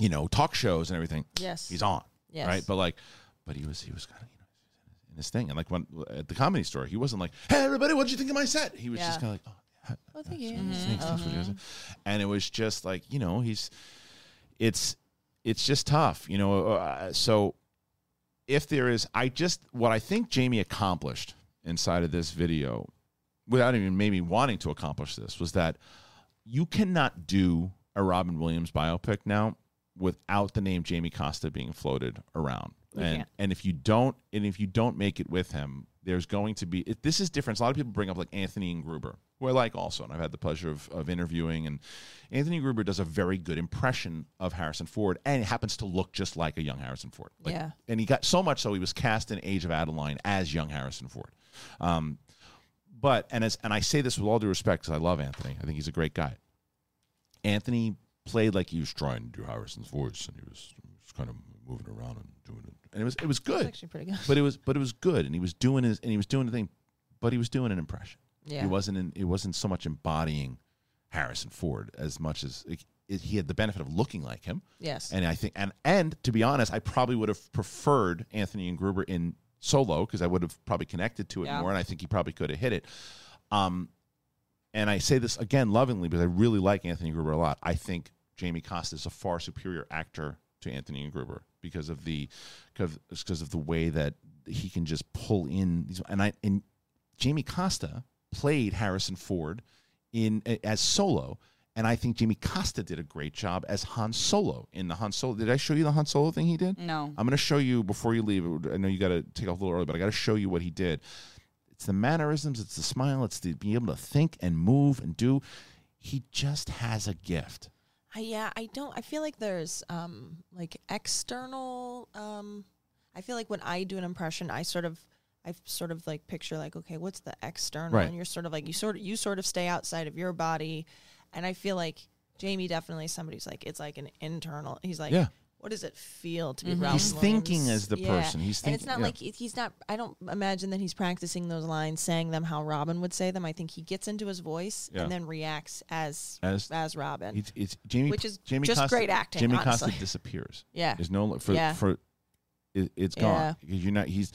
A: you know, talk shows and everything.
B: Yes.
A: he's on.
B: Yes.
A: right. But like, but he was he was kind of you know in his thing, and like when at the comedy store, he wasn't like, hey everybody, what'd you think of my set? He was just
B: Yeah. Uh-huh.
A: kind of like. "Oh,
B: Oh, thank you.
A: thanks, thanks for doing that. And it was just like you know he's, it's, it's just tough, you know. Uh, so if there is, I just what I think Jamie accomplished inside of this video, without even maybe wanting to accomplish this, was that you cannot do a Robin Williams biopic now without the name Jamie Costa being floated around.
L: You
A: and
L: can't.
A: and if you don't and if you don't make it with him, there's going to be it, this is different. A lot of people bring up like Anthony and Gruber, who I like also, and I've had the pleasure of, of interviewing. And Anthony Gruber does a very good impression of Harrison Ford, and it happens to look just like a young Harrison Ford. Like,
L: Yeah.
A: and he got so much so he was cast in Age of Adeline as young Harrison Ford. Um, but and as and I say this with all due respect because I love Anthony. I think he's a great guy. Anthony played like he was trying to do Harrison Ford's, and he was, he was kind of moving around and doing it, and it was it was good.
B: actually pretty good.
A: But it was but it was good, and he was doing his and he was doing the thing, but he was doing an impression.
B: Yeah.
A: He wasn't in, it wasn't so much embodying Harrison Ford as much as it, it, he had the benefit of looking like him.
B: Yes.
A: And I think and and to be honest, I probably would have preferred Anthony and Gruber in solo because I would have probably connected to it
L: Yeah.
A: more, and I think he probably could have hit it. Um, and I say this again lovingly because I really like Anthony Gruber a lot. I think Jamie Costa is a far superior actor to Anthony Gruber because of the because of the way that he can just pull in these and I and Jamie Costa played Harrison Ford in as Solo. And I think Jamie Costa did a great job as Han Solo in the Han Solo. Did I show you the Han Solo thing he did?
D: No.
A: I'm going to show you before you leave. I know you got to take off a little early, but I got to show you what he did. It's the mannerisms, it's the smile, it's the being able to think and move and do. He just has a gift.
B: I, yeah, I don't. I feel like there's um like external. Um, I feel like when I do an impression, I sort of, I sort of like picture like, okay, what's the external?
L: Right.
B: And you're sort of like you sort of you sort of stay outside of your body, and I feel like Jamie definitely is somebody who's like it's like an internal. He's like,
L: Yeah.
B: what what does it feel to be
A: Mhm.
B: Robin
A: He's
B: Williams?
A: thinking as the person. He's
B: and it's
A: thinking-
B: not
A: yeah.
B: like he- he's not. I don't imagine that he's practicing those lines, saying them how Robin would say them. I think he gets into his voice
A: Yeah.
B: and then reacts as
A: As-
B: as, Robin.
A: It's, it's Jamie,
B: which is
A: Jamie
B: just
A: Costa-
B: great acting.
A: Jamie
B: honestly.
A: Costa disappears.
B: [LAUGHS] Yeah.
A: there's no lo- for
B: Yeah.
A: for it, it's
B: Yeah.
A: gone. 'Cause You're not. He's.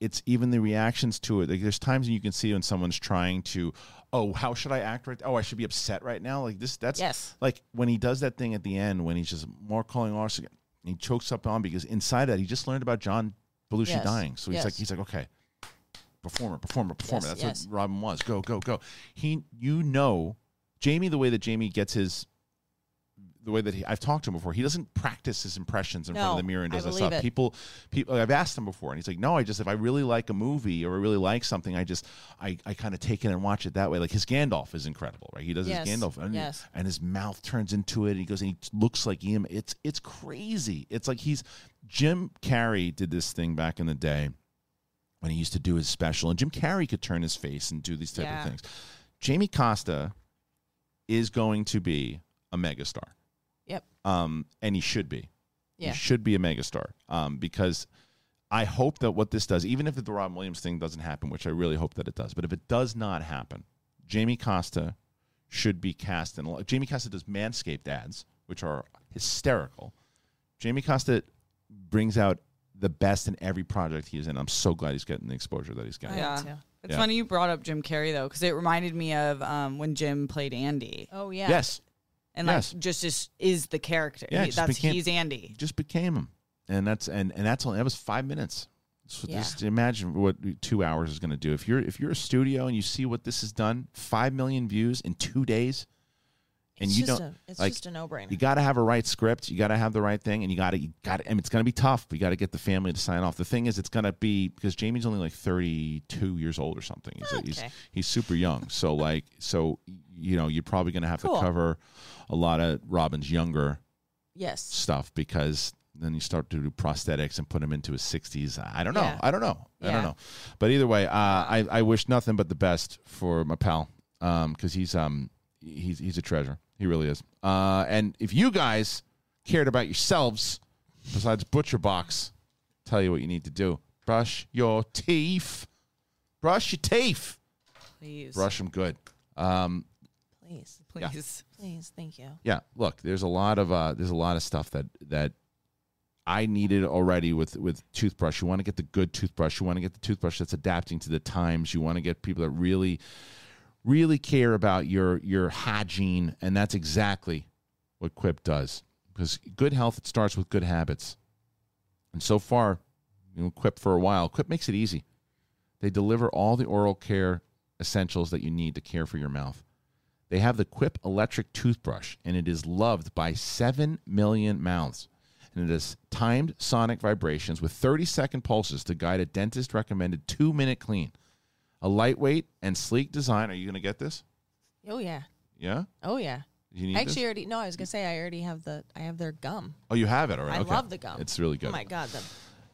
A: It's even the reactions to it. Like there's times you can see when someone's trying to, oh, how should I act right? Oh, I should be upset right now. Like this. That's
B: Yes.
A: Like when he does that thing at the end when he's just more calling Lars again. and He chokes up on because inside that he just learned about John Belushi
B: Yes.
A: dying. So he's like
B: Yes.
A: he's like okay, performer, performer, performer.
B: Yes,
A: That's
B: yes.
A: what Robin was. Go, go, go. He, you know, Jamie. The way that Jamie gets his, the way that he, I've talked to him before. He doesn't practice his impressions in front
B: No,
A: of the mirror and
B: I
A: does that
B: believe
A: stuff.
B: it.
A: People, people. I've asked him before, and he's like, "No, I just if I really like a movie or I really like something, I just I, I kind of take it and watch it that way." Like his Gandalf is incredible, right? He does
B: Yes,
A: his Gandalf, and,
B: yes.
A: and his mouth turns into it, and he goes and he looks like him. It's it's crazy. It's like he's Jim Carrey did this thing back in the day when he used to do his special. And Jim Carrey could turn his face and do these type
B: Yeah.
A: of things. Jamie Costa is going to be a megastar.
B: Yep.
A: Um, and he should be.
B: Yeah.
A: He should be a megastar. Um, because I hope that what this does, even if the Robin Williams thing doesn't happen, which I really hope that it does, but if it does not happen, Jamie Costa should be cast in. a lot- Jamie Costa does Manscaped ads, which are hysterical. Jamie Costa brings out the best in every project he is in. I'm so glad he's getting the exposure that he's
B: Oh,
A: getting.
D: Yeah. It's funny you brought up Jim Carrey though, because it reminded me of um, when Jim played Andy.
B: Oh
A: yeah. Yes.
D: And like
A: Yes.
D: just is, is the character.
A: Yeah,
D: He-
A: it just
D: that's
A: became-
D: he's Andy.
A: Just became him, and that's and and that's only that was five minutes. So
D: Yeah.
A: just imagine what two hours is going to do. If you're if you're a studio and you see what this has done, five million views in two days, and
B: It's
A: you
B: just
A: don't.
B: a- it's
A: like,
B: just a no-brainer.
A: You got to have a right script. You got to have the right thing, and you got to you got to. And it's going to be tough. But you got to get the family to sign off. The thing is, it's going to be because Jamie's only like thirty two years old or something. He's, he's
B: Okay.
A: he's super young. So like so you know you're probably going to have
B: Cool.
A: to cover a lot of Robin's younger
B: Yes.
A: stuff because then you start to do prosthetics and put him into his 60s. I don't know.
B: Yeah.
A: I don't know. I
B: Yeah.
A: don't know. But either way, uh, I, I wish nothing but the best for my pal because he's um he's he's a treasure. He really is. Uh, and if you guys cared about yourselves, besides Butcher Box, tell you what you need to do: brush your teeth. Brush your teeth.
D: Please.
A: Brush them good. Um,
B: Please.
A: Yeah.
D: Please.
B: Please. Thank you.
A: yeah look there's a lot of uh there's a lot of stuff that that i needed already with with toothbrush you want to get the good toothbrush you want to get the toothbrush that's adapting to the times you want to get people that really really care about your your hygiene and that's exactly what quip does because good health it starts with good habits and so far you know quip for a while quip makes it easy they deliver all the oral care essentials that you need to care for your mouth they have the Quip electric toothbrush, and it is loved by 7 million mouths. And it has timed sonic vibrations with 30 second pulses to guide a dentist recommended two minute clean. A lightweight and sleek design. Are you going to get this?
B: Oh yeah.
A: Yeah?
B: Oh yeah.
A: You need
B: I actually
A: this?
B: already no. I was gonna say I already have the. I have their gum.
A: Oh, you have it already.
B: I
A: Okay.
B: love the gum.
A: It's really good.
B: Oh my god, the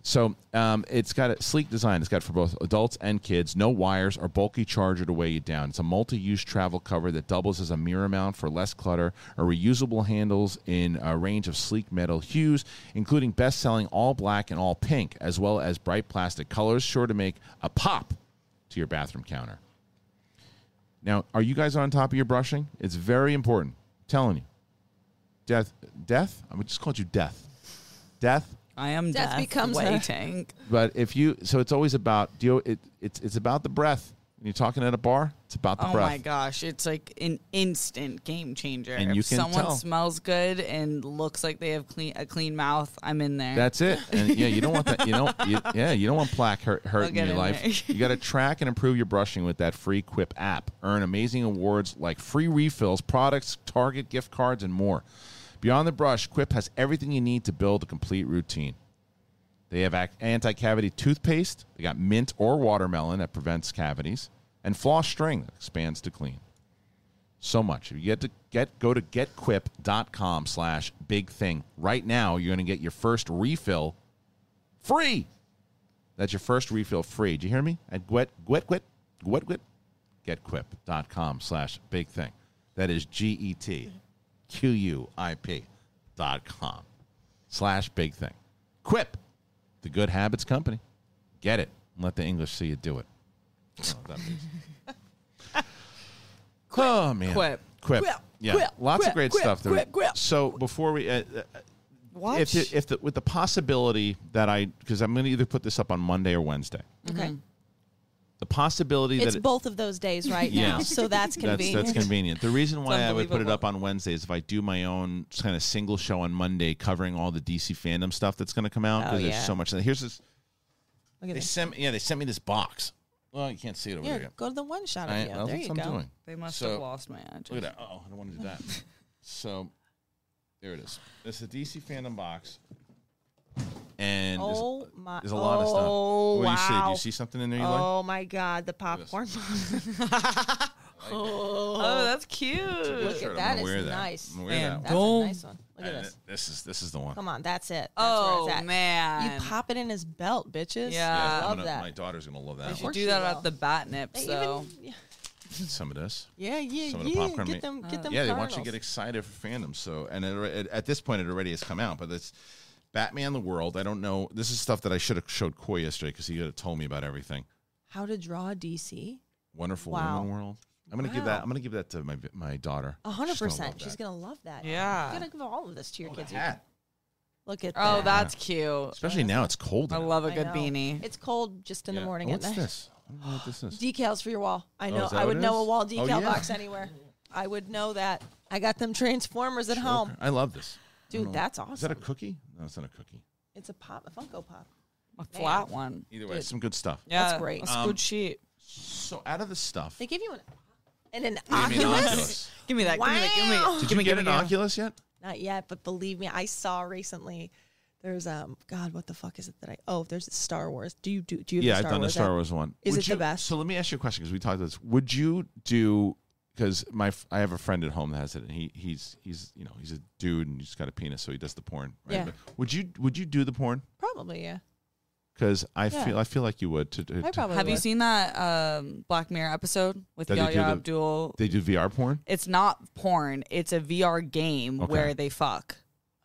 A: So um, it's got a sleek design. It's got for both adults and kids. No wires or bulky charger to weigh you down. It's a multi-use travel cover that doubles as a mirror mount for less clutter. Or reusable handles in a range of sleek metal hues, including best-selling all black and all pink, as well as bright plastic colors, sure to make a pop to your bathroom counter. Now, are you guys on top of your brushing? It's very important. I'm telling you, death, death. I just called you death, death
D: I am
B: Death
D: death,
B: becomes a-
D: waiting.
A: [LAUGHS] but if you so it's always about do you, it, it's it's about the breath when you're talking at a bar it's about the
D: Oh
A: breath
D: my gosh, it's like an instant game changer.
A: And you
D: if
A: can
D: someone
A: tell.
D: smells good and looks like they have clean a clean mouth, I'm in there.
A: that's it and yeah you don't want that you don't you, yeah you don't want plaque hurt, hurt in
D: get
A: your
D: in there.
A: life you
D: [LAUGHS]
A: got to track and improve your brushing with that free quip app earn amazing awards like free refills products target gift cards and more beyond the brush quip has everything you need to build a complete routine They have ac- anti-cavity toothpaste. They got mint or watermelon that prevents cavities, and floss string that expands to clean. So much. If you get to get go to getquip.com slash big thing right now, you're going to get your first refill free. That's your first refill free. Do you hear me? At Gwet Gwet Gwet Gwet Gwet getquip.com slash big thing. That is G E T Q U I P dot com. slash big thing. Quip, the good habits company. Get it and let the English see you do it. I don't know what that means. Oh, man.
D: [LAUGHS] Quip.
A: Quip.
D: Quip.
A: Yeah.
D: Quip.
A: Lots
D: Quip.
A: of great
D: Quip.
A: stuff there.
D: Quip. Quip.
A: So before we. Uh, uh,
D: Watch.
A: If, the, if the, with the possibility that I, because I'm going to either put this up on Monday or Wednesday,
B: Okay.
A: the possibility
B: It's
A: that it-
B: both of those days right now, so that's convenient.
A: That's, convenient. The reason
B: It's
A: why I would put it
B: unbelievable.
A: up on Wednesday is if I do my own kind of single show on Monday covering all the DC fandom stuff that's going to come out
B: Oh,
A: because
B: yeah.
A: there's so much. Here's this.
B: Look
A: They
B: at this.
A: sent me, yeah, they sent me this box. Well, you can't see it over
B: Here,
A: there.
B: go to the one shot
A: I-
B: of you.
A: well,
B: There
A: that's
B: you
A: what
B: go.
A: I'm doing.
D: They must
A: So-
D: have lost my address.
A: Look at that. Oh, I don't want to do
B: [LAUGHS]
A: that. so there it is. It's the DC fandom box. And there's-
B: oh my!
A: there's a lot of stuff.
B: Oh
A: What do you see? Do you
B: wow.
A: see something in there you like?
B: oh my god, the popcorn. oh.
D: Oh, that's cute.
B: Look at that.
A: I'm gonna
B: It's
A: wear that.
B: nice.
A: I'm gonna wear that one.
B: That's a nice one. Look at
A: And
B: this.
A: This is this is the one.
B: Come on, that's it. That's
D: Oh,
B: where it's at.
D: man.
B: you pop it in his belt, bitches.
D: Yeah. Yeah,
B: I
A: I'm
B: love
A: gonna-
B: that.
A: My daughter's gonna love
D: They
A: that.
D: should
A: one.
D: do that at the
B: They
D: Batnips, though.
A: Some of this.
B: Yeah, Uh, yeah,
A: Some of the
B: yeah.
A: popcorn.
B: Get
A: meat.
B: them, get them.
A: yeah, they
B: Cardinals.
A: want you to get excited for fandom. So, and it, it, at this point, it already has come out. But it's Batman: The World. I don't know. This is stuff that I should have showed Coy yesterday because he would have told me about everything.
B: How to draw DC?
A: Wonderful
B: Wow.
A: Women World. I'm gonna give that.
B: Wow.
A: I'm gonna give that to my my daughter.
B: A hundred percent. She's gonna love that.
D: Yeah.
B: You're gonna give all of this to your kids. You-
A: Oh, hat.
B: Look at
D: Oh,
B: that.
D: that's cute.
A: Especially now, it's cold.
D: I
A: out.
D: love a
B: I
D: good
B: know.
D: beanie.
B: It's cold just in
A: Yeah.
B: the morning.
A: Oh,
B: at
A: What's
B: night.
A: this? I don't know what
B: [GASPS]
A: this is.
B: Decals for your wall. I
A: Oh,
B: know.
A: is that
B: I
A: what
B: would
A: it
B: know a
A: is?
B: wall
A: Oh,
B: decal
A: yeah.
B: box anywhere. I would know that. I got them Transformers at home.
A: I love this. I don't
B: Dude,
A: know.
B: that's
A: Is that a
B: awesome.
A: cookie? No, it's not a cookie.
B: It's a pop, a Funko Pop.
D: A
B: Man.
D: flat one.
A: Either way,
B: Dude.
A: some good stuff.
D: Yeah,
B: That's great.
D: That's
A: Um,
D: good shit.
A: So out of the stuff,
B: They give you an and an
A: I mean,
B: Oculus. [GASPS]
A: Oculus.
D: Give me that. Give me that. Give me.
B: Wow.
A: Did
D: give
A: you
D: me,
A: get
D: give me,
A: an
D: give
B: uh,
D: me.
A: Oculus yet?
B: Not yet, but believe me, I saw recently. There's um God, what the fuck is it that I oh there's Star Wars. Do you do do you have
A: yeah,
B: the
A: I've
B: Star
A: done
B: Wars
A: the Star
B: app?
A: Wars one.
B: Is
A: Would
B: it
A: you-
B: the best?
A: So let me ask you a question because we talked about this. Would you do? Because my f- I have a friend at home that has it, and he he's he's you know he's a dude and he's got a penis, so he does the porn. Right?
B: Yeah.
A: But would you would you do the porn?
B: Probably, yeah.
A: Because I
B: Yeah.
A: feel I feel like you would. To, to,
B: I probably
D: Have you
B: would.
D: seen that um, Black Mirror episode with
A: That they
D: Yahya
A: do the-
D: Abdul?
A: They do VR porn.
D: It's not porn. It's a VR game
A: Okay.
D: where they fuck.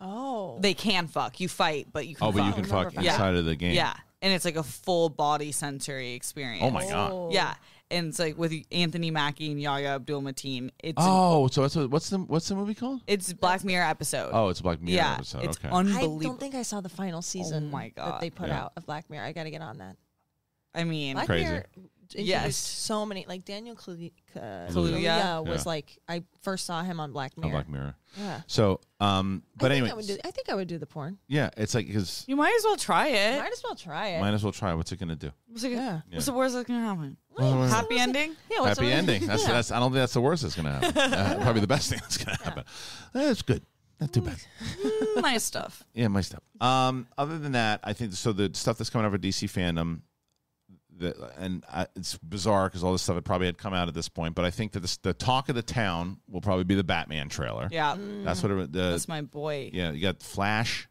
B: Oh.
D: They can fuck. You fight, but you can.
A: Oh, but you
D: fuck.
A: can fuck
D: Yeah.
A: inside of the game.
D: Yeah, and it's like a full body sensory experience.
A: Oh my god.
D: Yeah, and it's like with Anthony Mackie and Yahya Abdul Mateen. It's
A: Oh, so that's what, what's the what's the movie called?
D: it's Black Mirror episode.
B: Uh,
A: Oh, it's a Black Mirror
D: yeah,
A: episode.
D: It's
A: okay.
D: unbelievable. Oh
B: I don't think I saw the final season
D: my
B: that they
D: God.
B: put
A: Yeah.
B: out of Black Mirror. I gotta get on that.
D: I mean,
B: Black
A: Crazy.
B: Mirror introduced
D: Yes.
B: so many like Daniel Kalu- Ka-
D: Kaluuya.
B: Kaluuya
A: Yeah.
B: was like I first saw him on Black
A: Oh,
B: Mirror.
A: Black Mirror.
B: Yeah.
A: So, um, but
B: I
A: anyway,
B: think I, would do, I think I would do the porn.
A: yeah, it's like because
D: you might as well try it.
B: Might as well try it.
A: Eh. might as well try. What's it gonna do?
D: What's it gonna,
A: Yeah.
D: So where's it gonna happen?
A: Well,
D: Happy ending?
B: yeah, what's
A: Happy
B: wrong- [LAUGHS]
A: ending. That's
B: Oh, Yeah.
A: that's. I don't think that's the worst that's gonna
B: [LAUGHS]
A: happen. Uh, probably the best thing that's gonna happen. That's good. Not
B: Mm.
A: too bad.
D: nice stuff.
A: Yeah, my stuff. Um, other than that, I think so. The stuff that's coming out of DC fandom, the, and I, it's bizarre because all this stuff had probably had come out at this point. But I think that this, the talk of the town will probably be the Batman trailer.
D: Yeah,
A: that's what it, the
D: Mm, that's my boy.
A: Uh, yeah. You got Flash,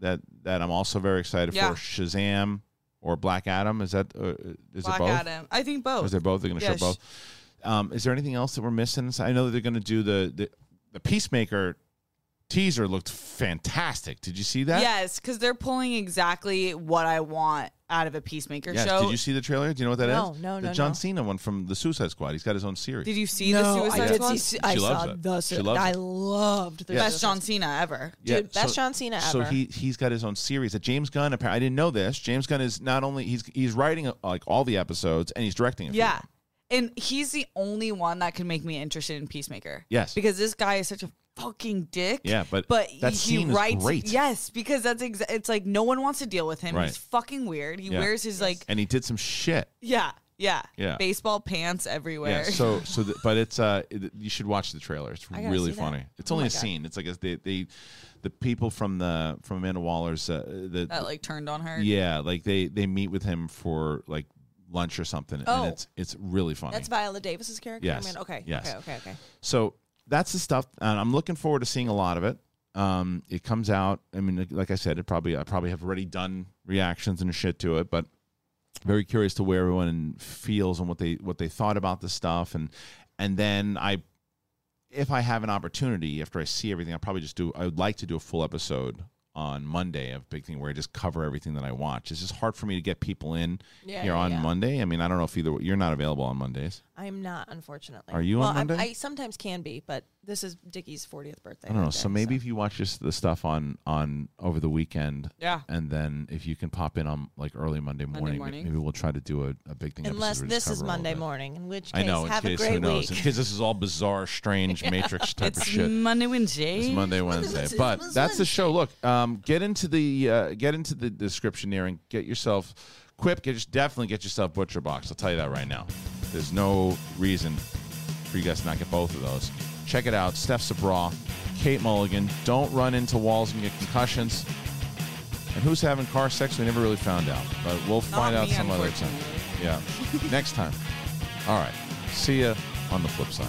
A: that that I'm also very excited
D: Yeah.
A: for. Shazam or Black Adam. Is that uh, is
D: Black
A: it both?
D: Adam. I think both.
A: Is there both? They're going to
D: Yeah, sh-
A: show both. Um, is there anything else that we're missing? So I know that they're going to do the, the the Peacemaker teaser looked fantastic. Did you see that?
D: Yes, because they're pulling exactly what I want out of a Peacemaker
A: Yes.
D: show.
A: Did you see the trailer? Do you know what that is?
B: No, no,
A: The
B: no,
A: John
B: no.
A: Cena one from the Suicide Squad. He's got his own series.
D: Did you see
B: no,
D: the
B: I
D: Suicide
B: did
D: Squad?
B: see. I
A: She loves
B: saw
A: it.
B: the.
A: She
B: Su-
A: loves
B: I
A: it.
B: loved the
A: Yeah.
D: Best John Cena ever.
B: Dude, best John Cena
A: So
B: ever.
A: he he's got his own series that James Gunn. Apparently, I didn't know this. James Gunn is not only he's he's writing uh, like all the episodes and he's directing. a few.
D: Yeah. And he's the only one that can make me interested in Peacemaker.
A: Yes.
D: Because this guy is such a fucking dick.
A: Yeah, but
D: but
A: that
D: he
A: scene is
D: writes
A: great.
D: yes because that's exa- it's like no one wants to deal with him.
A: Right.
D: He's fucking weird. He
A: Yeah.
D: wears his like
A: And he did some shit.
D: yeah, yeah,
A: Yeah.
D: baseball pants everywhere.
A: Yeah, so so, th- but it's uh, it- you should watch the trailer. It's
B: I gotta
A: really
B: see that.
A: funny. It's
B: Oh
A: only
B: my
A: a
B: God.
A: scene. It's like a, they they, the people from the from Amanda Waller's uh, the
D: [LAUGHS]
B: Oh,
D: that like turned on her.
A: yeah, like they they meet with him for like lunch or something,
B: Oh.
A: and it's it's really funny.
B: That's Viola Davis's character.
A: Yes.
B: I mean, okay.
A: Yes.
B: Okay. Okay. Okay.
A: So that's the stuff, and I'm looking forward to seeing a lot of it. Um, it comes out. I mean, like- like I said, it probably I probably have already done reactions and shit to it, but very curious to where everyone feels and what they what they thought about the stuff, and and then I, if I have an opportunity after I see everything, I'll probably just do. I would like to do a full episode on Monday of big thing where I just cover everything that I watch. It's just hard for me to get people in
B: Yeah,
A: here
B: yeah,
A: on
B: yeah.
A: Monday. I mean, I don't know if either you're not available on Mondays.
B: I'm not, unfortunately.
A: Are you
B: well,
A: on
B: I'm-
A: Monday?
B: I sometimes can be, but this is Dickie's 40th birthday.
A: I don't know.
B: that
A: So
B: day,
A: maybe if you watch this, the stuff on on over the weekend,
B: Yeah.
A: and then if you can pop in on like early Monday morning, may-
B: Ah. morning.
A: maybe we'll try to do a, a big thing. episode
B: Unless
A: where we just
B: this is
A: cover all of
B: Monday
A: it.
B: morning, in which
A: I
B: case,
A: know. In
B: have
A: case
B: a great
A: who knows?
B: week.
A: In case this is all
B: [LAUGHS]
A: bizarre, strange Matrix type
D: it's
A: of shit.
D: Monday, Wednesday.
A: It's Monday, Wednesday, but that's the show. Look, um, get into the uh, get into the description there and get yourself quip. Get definitely get yourself Butcher Box. I'll tell you that right now. There's no reason for you guys to not get both of those. Check it out. Steph Sabra, Kate Mulligan. Don't run into walls and get concussions. And who's having car sex? We never really found out, but we'll find out
D: me,
A: some other time. Yeah, next time. All right. See ya on the flip side.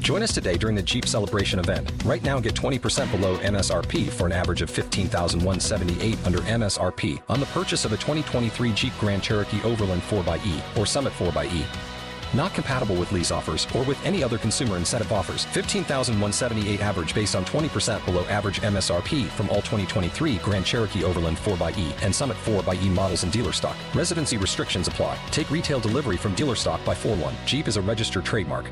K: Join us today during the Jeep Celebration event. Right now, get 20% below MSRP for an average of 15178 under MSRP on the purchase of a 2023 Jeep Grand Cherokee Overland 4xE or Summit 4xE. Not compatible with lease offers or with any other consumer incentive offers. 15,178 average based on 20% below average MSRP from all 2023 Grand Cherokee Overland 4xE and Summit 4xE models in dealer stock. Residency restrictions apply. Take retail delivery from dealer stock by 4 1. Jeep is a registered trademark.